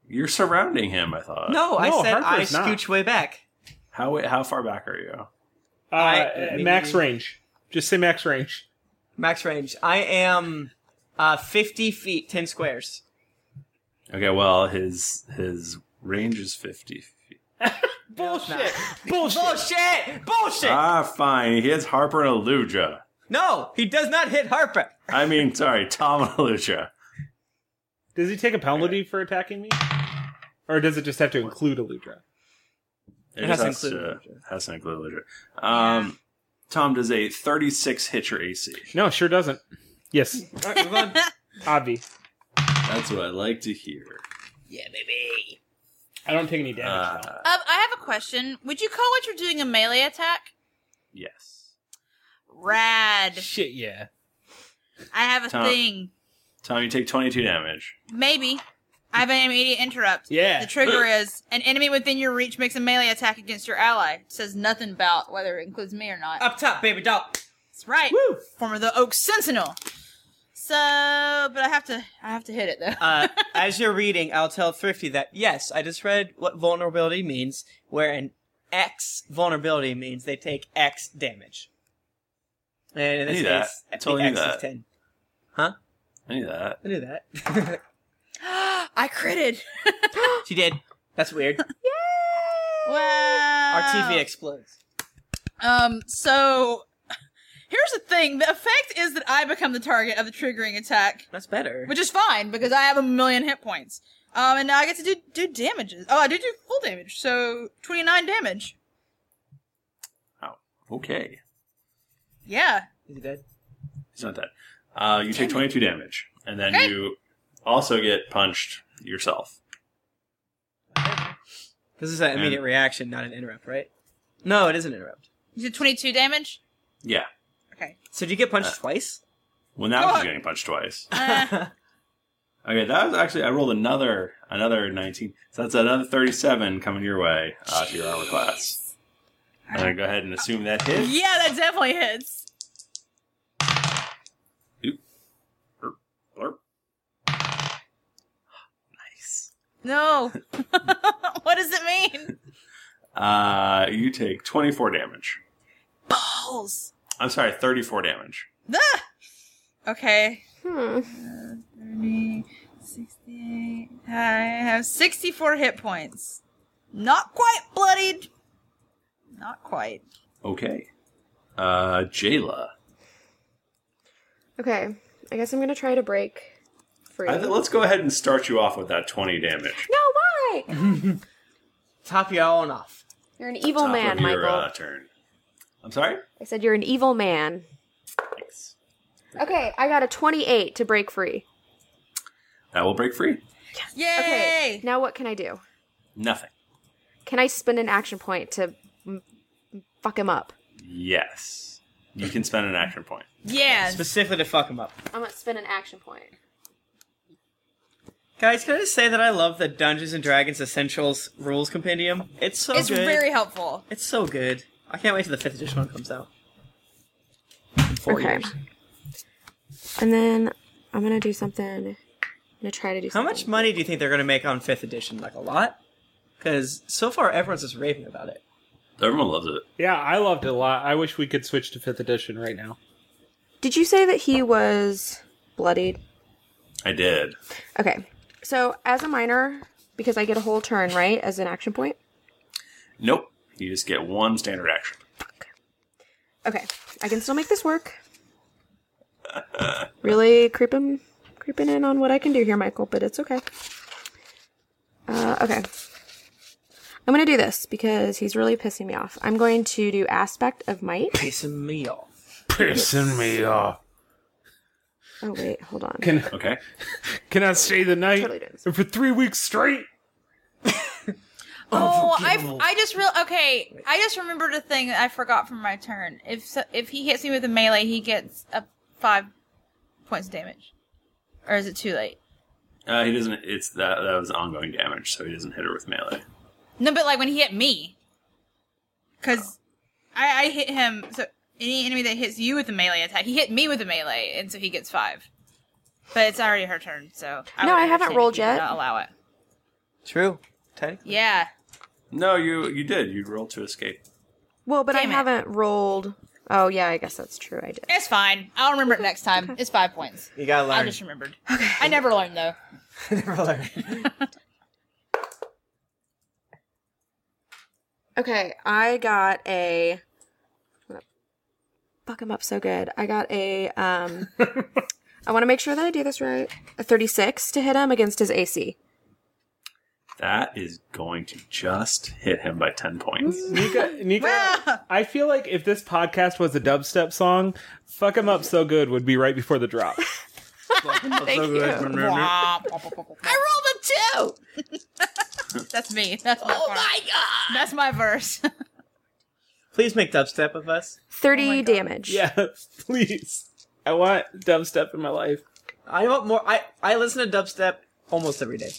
You're surrounding him, I thought.
no, I said
Harper's
I
not.
scooch way back.
How how far back are you?
Uh,
I-
uh, max range. Just say max range.
Max range. I am uh, 50 feet, 10 squares.
Okay, well his his range is fifty.
Bullshit. Bullshit. Bullshit. Bullshit.
Ah, fine. He hits Harper and Aluja.
no, he does not hit Harper.
I mean, sorry, Tom and Aluja.
Does he take a penalty for attacking me? Or does it just have to include Aludra?
It, just has, to, has to include Aluja. Um, Tom does a thirty-six hit your AC.
No, sure doesn't. Yes.
Um,
Obvi.
That's what I like to hear.
Yeah, baby.
I don't take any damage.
Uh,
Um, I have a question. Would you call what you're doing a melee attack?
yes.
Rad.
Shit, yeah.
I have a
Tom.
thing.
Tom, you take twenty-two damage.
Maybe. I have an immediate interrupt.
Yeah.
The trigger is an enemy within your reach makes a melee attack against your ally. It says nothing about whether it includes me or not.
Up top, baby dog.
That's right. Woo! Former the Oak Sentinel. So, but I have to, I have to hit it though.
uh, as you're reading, I'll tell Thrifty that yes, I just read what vulnerability means, where an X vulnerability means they take X damage. And in
I
this
knew that.
case,
I
the
totally knew
X is
that.
10. Huh?
I knew that.
I knew that.
I critted.
she did. That's weird.
wow.
Our TV explodes.
Um, so here's the thing. The effect is that I become the target of the triggering attack.
That's better.
Which is fine because I have a million hit points. Um, and now I get to do do damages. Oh, I do do full damage. So 29 damage.
Okay,
Yeah.
Is he dead?
he's not dead. Uh, you take twenty-two damage, and then
Okay.
you also get punched yourself.
This is an
And-
immediate reaction, not an interrupt, right? No, it is an interrupt.
You did 22 damage?
Yeah.
Okay.
So did you get
Uh.
punched twice?
Well, now
Oh.
she's getting punched twice.
Eh.
Uh,
Okay, that was actually I rolled another another nineteen, so that's another thirty-seven coming your way uh, to your armor class. I'm gonna go ahead and assume that hit.
yeah, that definitely hits.
Blurp.
No. what does it mean?
Uh, you take twenty-four damage.
Balls.
I'm sorry, thirty-four damage.
Ah! Okay.
Hmm.
30, 68. I have 64 hit points. Not quite bloodied. Not quite.
Okay. Uh, Jayla.
Okay, I guess I'm gonna try to break free.
I th- let's go ahead and start you off with that 20 damage.
No, why?
Top you all off.
You're an evil
Top
man,
of your,
Michael.
Uh, turn. I'm sorry?
I said you're an evil man. Okay, I got a 28 to break free.
That will break free.
Yay!
Okay, now what can I do?
Nothing.
Can I spend an action point to m- m- fuck him up?
Yes. You can spend an action point.
Yeah.
Specifically to fuck him up.
I'm gonna spend an action point.
Guys, can I just say that I love the Dungeons and Dragons Essentials Rules Compendium? It's so
it's
good.
very helpful.
It's so good. I can't wait till the fifth edition one comes out. Four
okay.
years.
And then I'm gonna do something. I'm gonna try to do
How
something.
much money do you think they're going to make on fifth edition? Like a lot? Because so far everyone's just raving about it.
Everyone loves it.
Yeah, I loved it a lot. I wish we could switch to 5th edition right now.
Did you say that he was bloodied?
I did.
Okay. So as a minor, because I get a whole turn, right, as an action point.
Nope. You just get one standard action.
Okay, I can still make this work. really creeping, creeping in on what I can do here, Michael, but it's okay. Uh, okay. I'm gonna do this because he's really pissing me off. I'm going to do aspect of might.
Pissing me off.
Pissing me off.
Oh wait, hold on.
Can,
okay.
Can I stay the night for three weeks straight?
Oh, I
Unforgivable.
I just real okay. I just remembered a thing that I forgot from my turn. If so, if he hits me with a melee, he gets up five points of damage, or is it too late?
Uh, he doesn't. It's that that was ongoing damage, so he doesn't hit her with melee.
No, but like when he hit me, because I, I hit him. So any enemy that hits you with a melee attack, he hit me with a melee, and so he gets five. But it's already her turn, so
No,
would
I haven't
understand if
rolled
you did
yet.
not Allow it.
True. Ten.
Yeah.
No, you you did. You rolled to escape.
Well, but I haven't rolled. Oh yeah, I guess that's true. I did.
It's fine. I'll remember it next time. It's five points.
You gotta
I
learn.
just remembered. I never learned though.
Never learn.
Okay, I got a. I'm gonna Fuck him up so good. I got a. Um, I want to make sure that I do this right. A 36 to hit him against his AC.
That is going to just hit him by ten points.
Nika, Nika I feel like if this podcast was a dubstep song, "Fuck 'Em Up So Good" would be right before the drop.
Thank
you. good.
I rolled a two. That's me. That's my oh my god. That's my verse.
Please make dubstep of us.
30 damage.
Yeah, please. I want dubstep in my life.
I want more. I I listen to dubstep almost every day.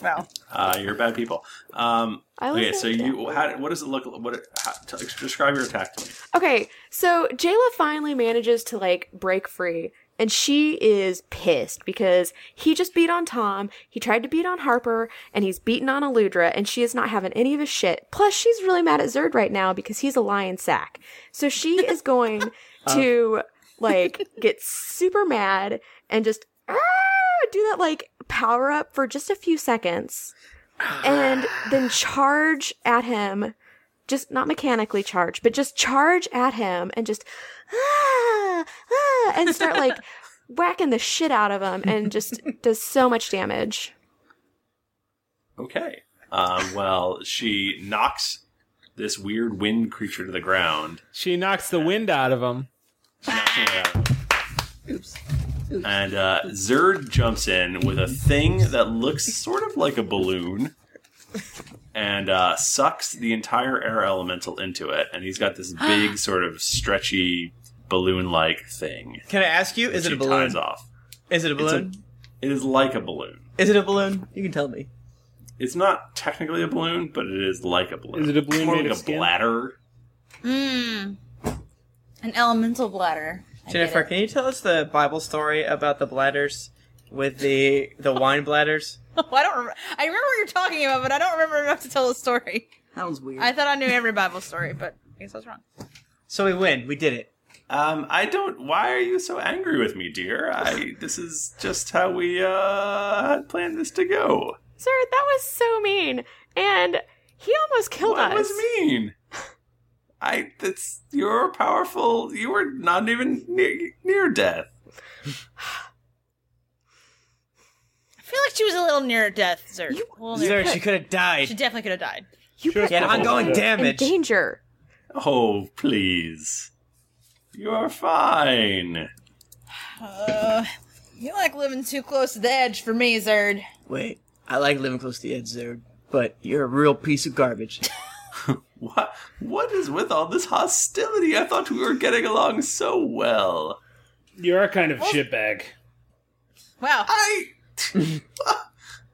Wow.
Uh, you're bad people. Um,
I
okay,
like
so you how, what does it look? What how, t- describe your attack to me?
Okay, so Jayla finally manages to like break free, and she is pissed because he just beat on Tom, he tried to beat on Harper, and he's beaten on Aludra, and she is not having any of his shit. Plus, she's really mad at Zerd right now because he's a lion sack. So she is going to like get super mad and just "Ah," do that like power up for just a few seconds and then charge at him just not mechanically charge but just charge at him and just "Ah, ah," and start like whacking the shit out of him and just does so much damage
Okay. Um, well, she knocks this weird wind creature to the ground.
She knocks the wind out of him.
And uh, Zerd jumps in with a thing that looks sort of like a balloon and uh, sucks the entire air elemental into it. And he's got this big, sort of stretchy, balloon like thing.
Can I ask you? Is
which
it a
he
balloon?
Ties off.
Is it a
It's a-
balloon?
It is like a balloon.
Is it a balloon? You can tell me.
It's not technically a balloon, but it is like a balloon.
Is it a balloon
More
made
like
of
a
skin?
bladder?
Mmm. An elemental bladder. I get
Jennifer, can you tell us the Bible story about the bladders with the the wine bladders?
it. I don't. Rem- I remember what you're talking about, but I don't remember enough to tell the story.
That was weird.
I thought I knew every Bible story, but I guess I was wrong.
So we win. We did it.
Um, I don't. Why are you so angry with me, dear? I. This is just how we uh had planned this to go.
sir that was so mean and he almost killed
What
us
was mean? I. That's. You're powerful. You were not even near, near death.
I feel like she was a little near death, Zerg. A little near
Zerd, she could have died.
She definitely could have died.
you
Sure,
put
yeah,
us
ongoing
in
damage.
danger
Oh please. You are fine.
Uh, you like living too close to the edge for me, Zerd.
Wait, I like living close to the edge, Zerd, but you're a real piece of garbage.
what? What is with all this hostility? I thought we were getting along so well.
You're a kind of shitbag.
Wow.
I.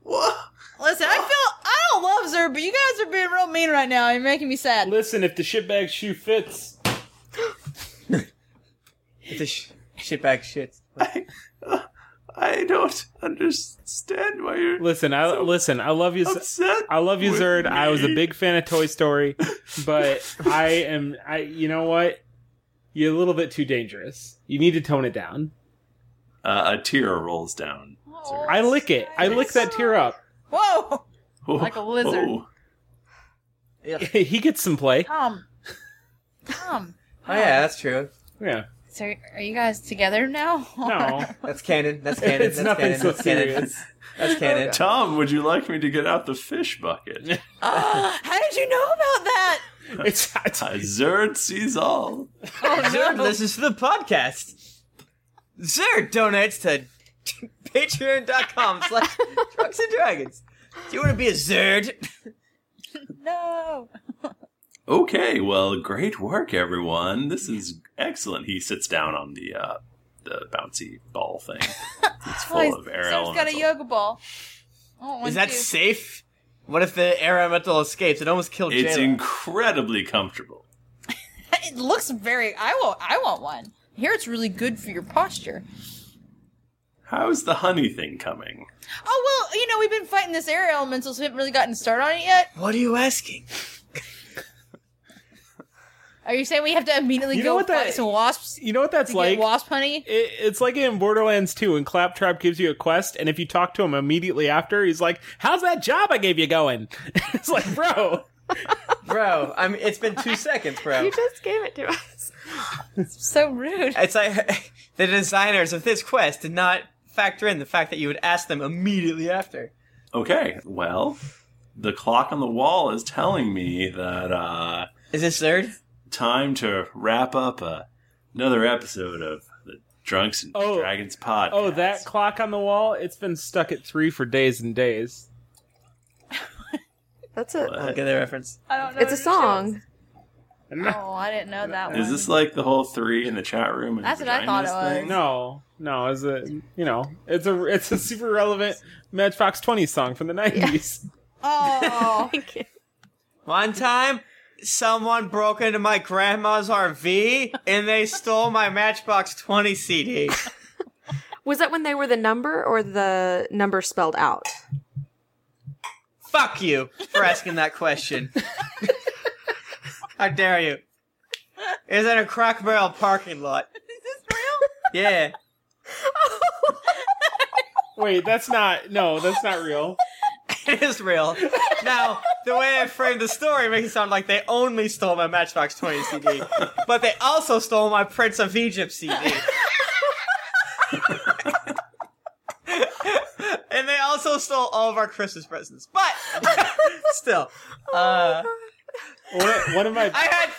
what?
Listen, I feel I don't love Zerd, but you guys are being real mean right now. You're making me sad.
Listen, if the shitbag shoe fits,
It's a sh- shitbag shit.
I don't understand why you're.
Listen, I listen. I love you.
Upset
I love you,
with
Zerd. I was a
me.
big fan of Toy Story, but I am. I. You know what? You're a little bit too dangerous. You need to tone it down.
Uh, a tear rolls down.
I lick it. I lick that tear up.
Whoa!
Oh,
Like a lizard.
oh.
he gets some play.
Tom. Tom.
Oh yeah, that's true.
Yeah.
So are you guys together now?
That's canon. That's canon.
Oh. It's
that's
nothing
canon.
so
that's canon.
serious.
That's canon.
Tom, would you like me to get out the fish bucket?
How did you know about that?
it's, it's
Zerd sees all.
Zerd listens to the podcast. Zerd donates to patreon.com slash drugs and dragons. Do you want to be a Zerd?
No.
Okay, well, great work, everyone. This is excellent. He sits down on the uh, the bouncy ball thing. It's full of air
Zerd's got a
elements.
yoga ball. I want
Is that
to.
safe? What if the air elemental escapes? It almost killed
It's
Jayla.
incredibly comfortable.
it looks very. I want. I want one. Here, it's really good for your posture.
How's the honey thing coming?
Oh well, you know we've been fighting this air elemental, so we haven't really gotten a start on it yet.
What are you asking?
Are you saying we have to immediately
You know
go
what that-
fight some wasps?
You know what that's
to
like?
Get wasp honey.
It, it's like in Borderlands 2 when Claptrap gives you a quest, and if you talk to him immediately after, he's like, How's that job I gave you going? it's like, Bro.
bro, I mean, it's been two seconds, bro.
just gave it to us.
so rude.
It's like the designers of this quest did not factor in the fact that you would ask them immediately after.
Okay, well, the clock on the wall is telling me that uh
Is this third?
Time to wrap up uh, another episode of the Drunks and
Oh.
Dragons pod.
Oh, that clock on the wall? It's been stuck at three for days and days.
That's it.
I'll get the reference.
I don't know.
It's a
what it
song.
is. Oh, I didn't know that one.
Is this like the whole three in the chat room? and
That's what I
vaginas
thought it was.
thing?
No, no, is it? You know, it's a it's a super relevant Matchbox Twenty song from the nineties.
Oh,
One time, someone broke into my grandma's RV and they stole my Matchbox 20 CD.
Was that when they were the number or the number spelled out?
Fuck you for asking that question. How dare you? It was in a crack barrel parking lot. Yeah.
Wait, that's not. No, that's not real.
it is real. Now, the way I framed the story makes it sound like they only stole my Matchbox 20 CD, but they also stole my Prince of Egypt CD. and they also stole all of our Christmas presents. But still,
Oh,
uh,
one, of my
I had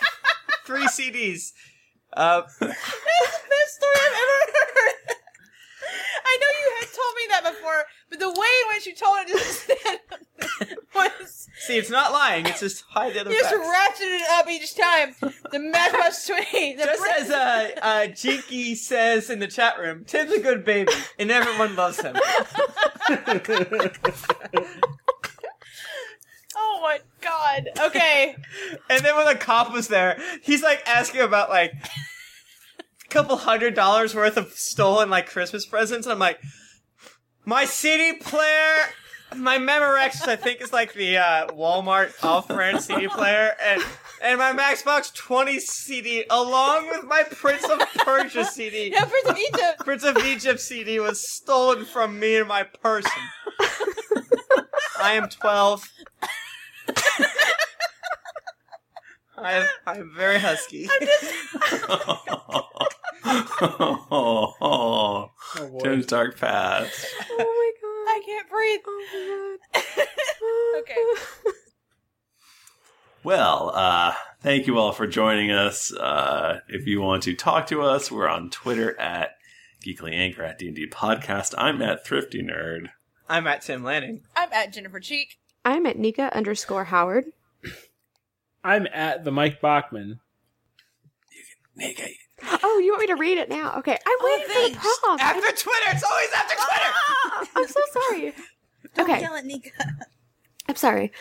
three CDs. Uh,
That's the best story I've ever heard. I know you had told me that before, but the way in which you told it just was
see, it's not lying; it's just hide the other
you just
facts.
ratcheted it up each time. The Matchbox Twenty. The
Just as uh, uh, Jinky says in the chat room, Tim's a good baby, and everyone loves him.
oh my god. Okay.
And then when the cop was there, he's like asking about like a couple hundred dollars worth of stolen like Christmas presents, and I'm like, my CD player, my Memorex, I think is like the uh, Walmart off-brand CD player, and and my Maxbox 20 CD, along with my Prince of Persia CD,
Yeah, Prince of Egypt.
Prince of Egypt CD was stolen from me and my person. I am 12. I'm, I'm very husky.
oh, oh, Tim's dark past.
Oh my god. I can't breathe. Oh my god. okay.
Well, uh, thank you all for joining us. Uh, if you want to talk to us, we're on Twitter at Geekly Anchor at D&D Podcast. I'm at Thrifty Nerd.
I'm at Tim Lanning.
I'm at Jennifer Cheek.
I'm at Nika underscore Howard.
I'm at the Mike Bachman.
Oh, you want me to read it now? Okay, I waited for the prompt.
After Twitter, it's always after Twitter.
Ah!
Oh, I'm so sorry. okay,
Yell at Nika.
I'm sorry.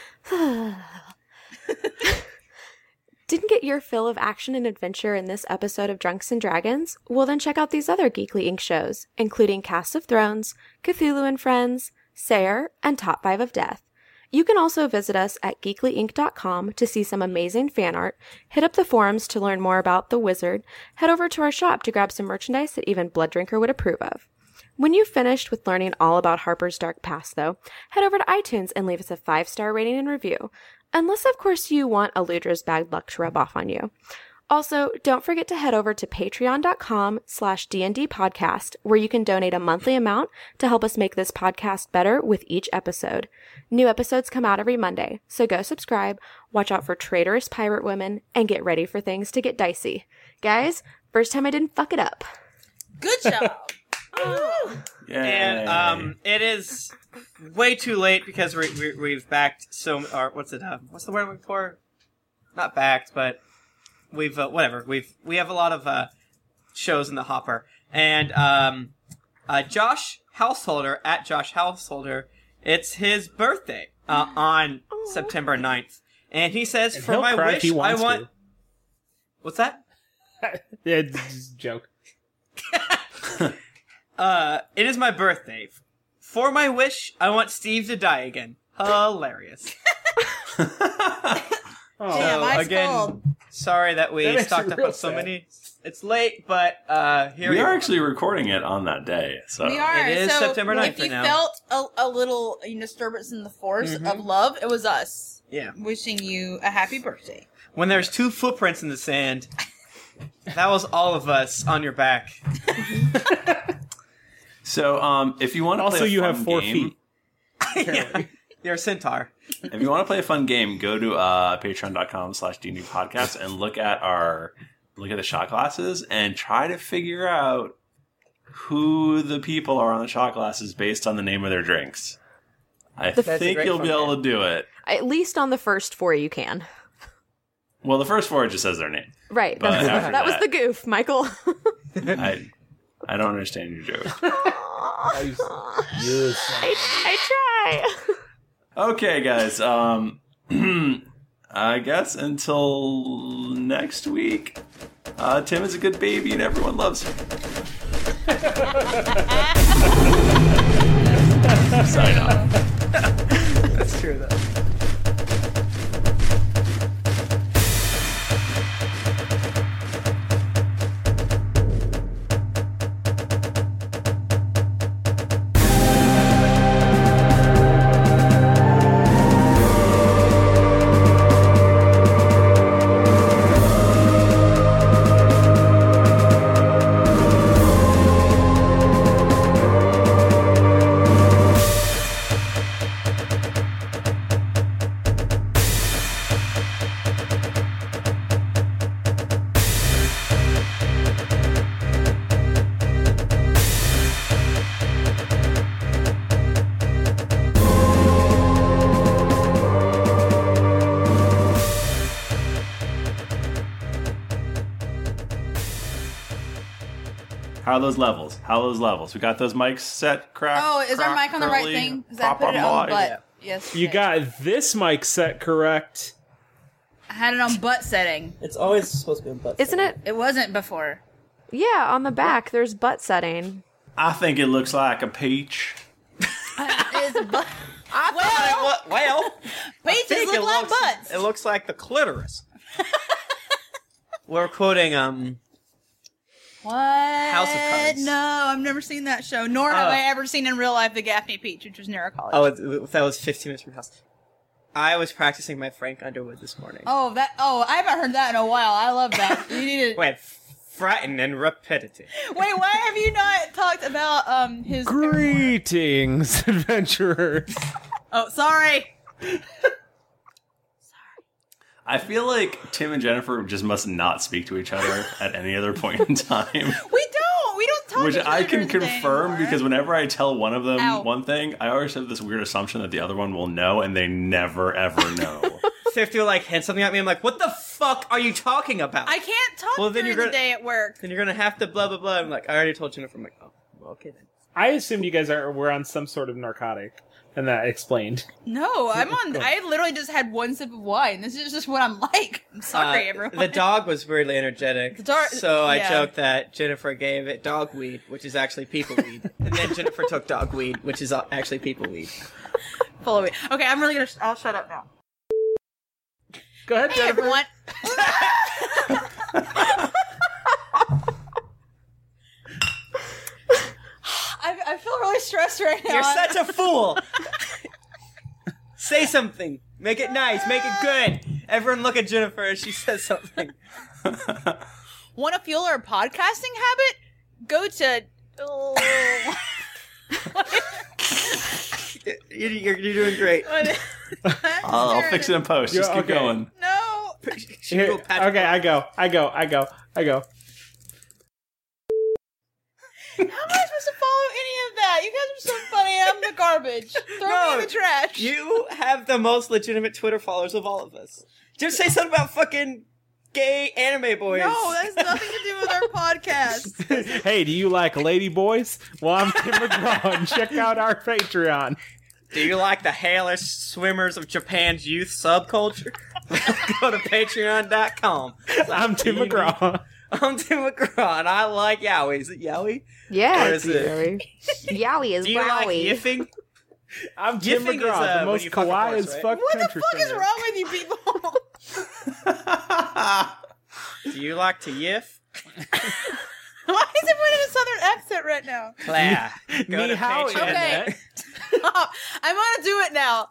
Didn't get your fill of action and adventure in this episode of Drunks and Dragons? Well, then check out these other Geekly Inc. shows, including Cast of Thrones, Cthulhu and Friends, Sayer, and Top 5 of Death. You can also visit us at geeklyinc.com to see some amazing fan art, hit up the forums to learn more about the wizard, head over to our shop to grab some merchandise that even Blood Drinker would approve of. When you've finished with learning all about Harper's Dark Past, though, head over to iTunes and leave us a five star rating and review. Unless, of course, you want Eludra's bad luck to rub off on you. Also, don't forget to head over to patreon.com slash DND podcast, where you can donate a monthly amount to help us make this podcast better with each episode. New episodes come out every Monday, so go subscribe, watch out for traitorous pirate women, and get ready for things to get dicey. Guys, first time I didn't fuck it up.
Good job.
And um, it is way too late because we, we, we've backed so. Or what's it? Uh, what's the word I'm looking for? Not backed, but we've uh, whatever. We've we have a lot of uh, shows in the hopper. And um, uh, Josh Householder at Josh Householder It's his birthday uh, on September 9th. And he says,
And
for
he'll
my
cry if
wish,
he
I
wants
want.
to.
What's that?
Yeah, it's a joke.
Uh, it is my birthday. For my wish, I want Steve to die again. Hilarious.
Damn, I
Oh, again,
spoiled.
sorry that we
That makes
stocked
me
up
real
on so
sad.
many. It's late, but uh, here we,
we are actually recording it on that day, so
we are.
It is
so
September 9th
If you
right now.
felt a, a little you know, disturbance in the force
Mhm.
Mm-hmm.
of love, it was us.
Yeah.
Wishing you a happy birthday.
When there's two footprints in the sand, that was all of us on your back.
So, um, if you want to
Also,
play a
you
fun
have four
game,
feet. You're a centaur.
if you want to play a fun game, go to uh, patreon.com slash podcast and look at our look at the shot glasses and try to figure out who the people are on the shot glasses based on the name of their drinks. I
That's a
think
great
you'll be
fun
able to do it.
At least on the first four, you can.
Well, the first four just says their name.
Right.
But
that's-
after
that, was the goof, Michael.
I, I don't understand your joke.
I, I try.
Okay, guys. Um, I guess until next week. Uh, Tim is a good baby, and everyone loves him.
Uh,
Sign off.
That's true, though.
How are those levels? How are those levels? We got those mics set,
Uh,
crack.
oh, is our
crack,
mic on the right
curly,
thing? Because I
pop
put it on
wide.
butt. Yes.
You got this mic set correct.
I had it on butt setting.
It's always supposed to be on butt.
Isn't it?
It wasn't before.
Yeah, on the back, there's butt setting.
I think it looks like a peach.
It's butt.
I well, thought it was, well,
Beaches look like butts.
It looks like the clitoris. We're quoting um
What?
House of Cards.
No, I've never seen that show. Nor have
Oh.
I ever seen in real life the Gaffney Peach, which was near our college.
oh it- that was 15 minutes from house. I was practicing my Frank Underwood this morning.
Oh, that. Oh, I haven't heard that in a while. I love that. You need to.
Wait, frightened and repetitive.
Wait, why have you not talked about um his?
Greetings, adventurers.
Oh, sorry.
I feel like Tim and Jennifer just must not speak to each other at any other point in time.
We don't. We don't talk.
Which
to each
I
other
can
during the day
confirm
anymore.
because whenever I tell one of them
Ow.
one thing, I always have this weird assumption that the other one will know, and they never ever know.
Fifty will like hint something at me. I'm like, what the fuck are you talking about?
I can't talk
Well, then
during
you're
the
gonna-
day at work.
Then you're gonna have to blah blah blah. I'm like, I already told Jennifer. I'm like, oh, well, okay then.
I assumed you guys are were on some sort of narcotic, and that explained.
No, I'm on. I literally just had one sip of wine. This is just what I'm like. I'm sorry,
Uh,
everyone.
The dog was weirdly energetic.
dog-
so I
yeah.
joked that Jennifer gave it dog weed, which is actually people weed. and then Jennifer took dog weed, which is uh, actually people weed.
Follow me. Okay, I'm really gonna. I'll shut up now.
Go ahead,
hey, everyone. I, I feel really stressed right now.
You're such a fool. Say something. Make it nice. Make it good. Everyone look at Jennifer as she says something.
Want to fuel our podcasting habit? Go to.
You're, you're, you're doing great.
I'll, I'll fix it in post.
Oh. Yeah,
Just keep
okay.
going.
Here- okay, I go, I go, I go, I go.
How am I supposed to follow any of that? You guys are so funny. I'm the garbage. Throw me in the trash.
You have the most legitimate Twitter followers of all of us. Just say something about fucking gay anime boys.
No, that has nothing to do with our podcast.
hey, do you like lady boys? Well, I'm Tim McGraw, and check out our Patreon.
Do you like the hellish swimmers of Japan's youth subculture? Go to patreon.com. I'm Tim McGraw. I'm Tim McGraw, and I like Yowie. Is it Yowie?
Yeah,
Or is
it's
it-
Yowie is
Do you like
wowie.
yiffing?
I'm Tim
Yiffing is,
McGraw,
uh,
the
when
most
you fuck a
kawaii
horse,
as
right?
fuck
What the
country
fuck is
singer.
wrong with you people?
Do you like to yiff?
Why is everyone in a southern accent right now?
Claire. Go to patreon.
Okay. I want to do it now.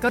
Go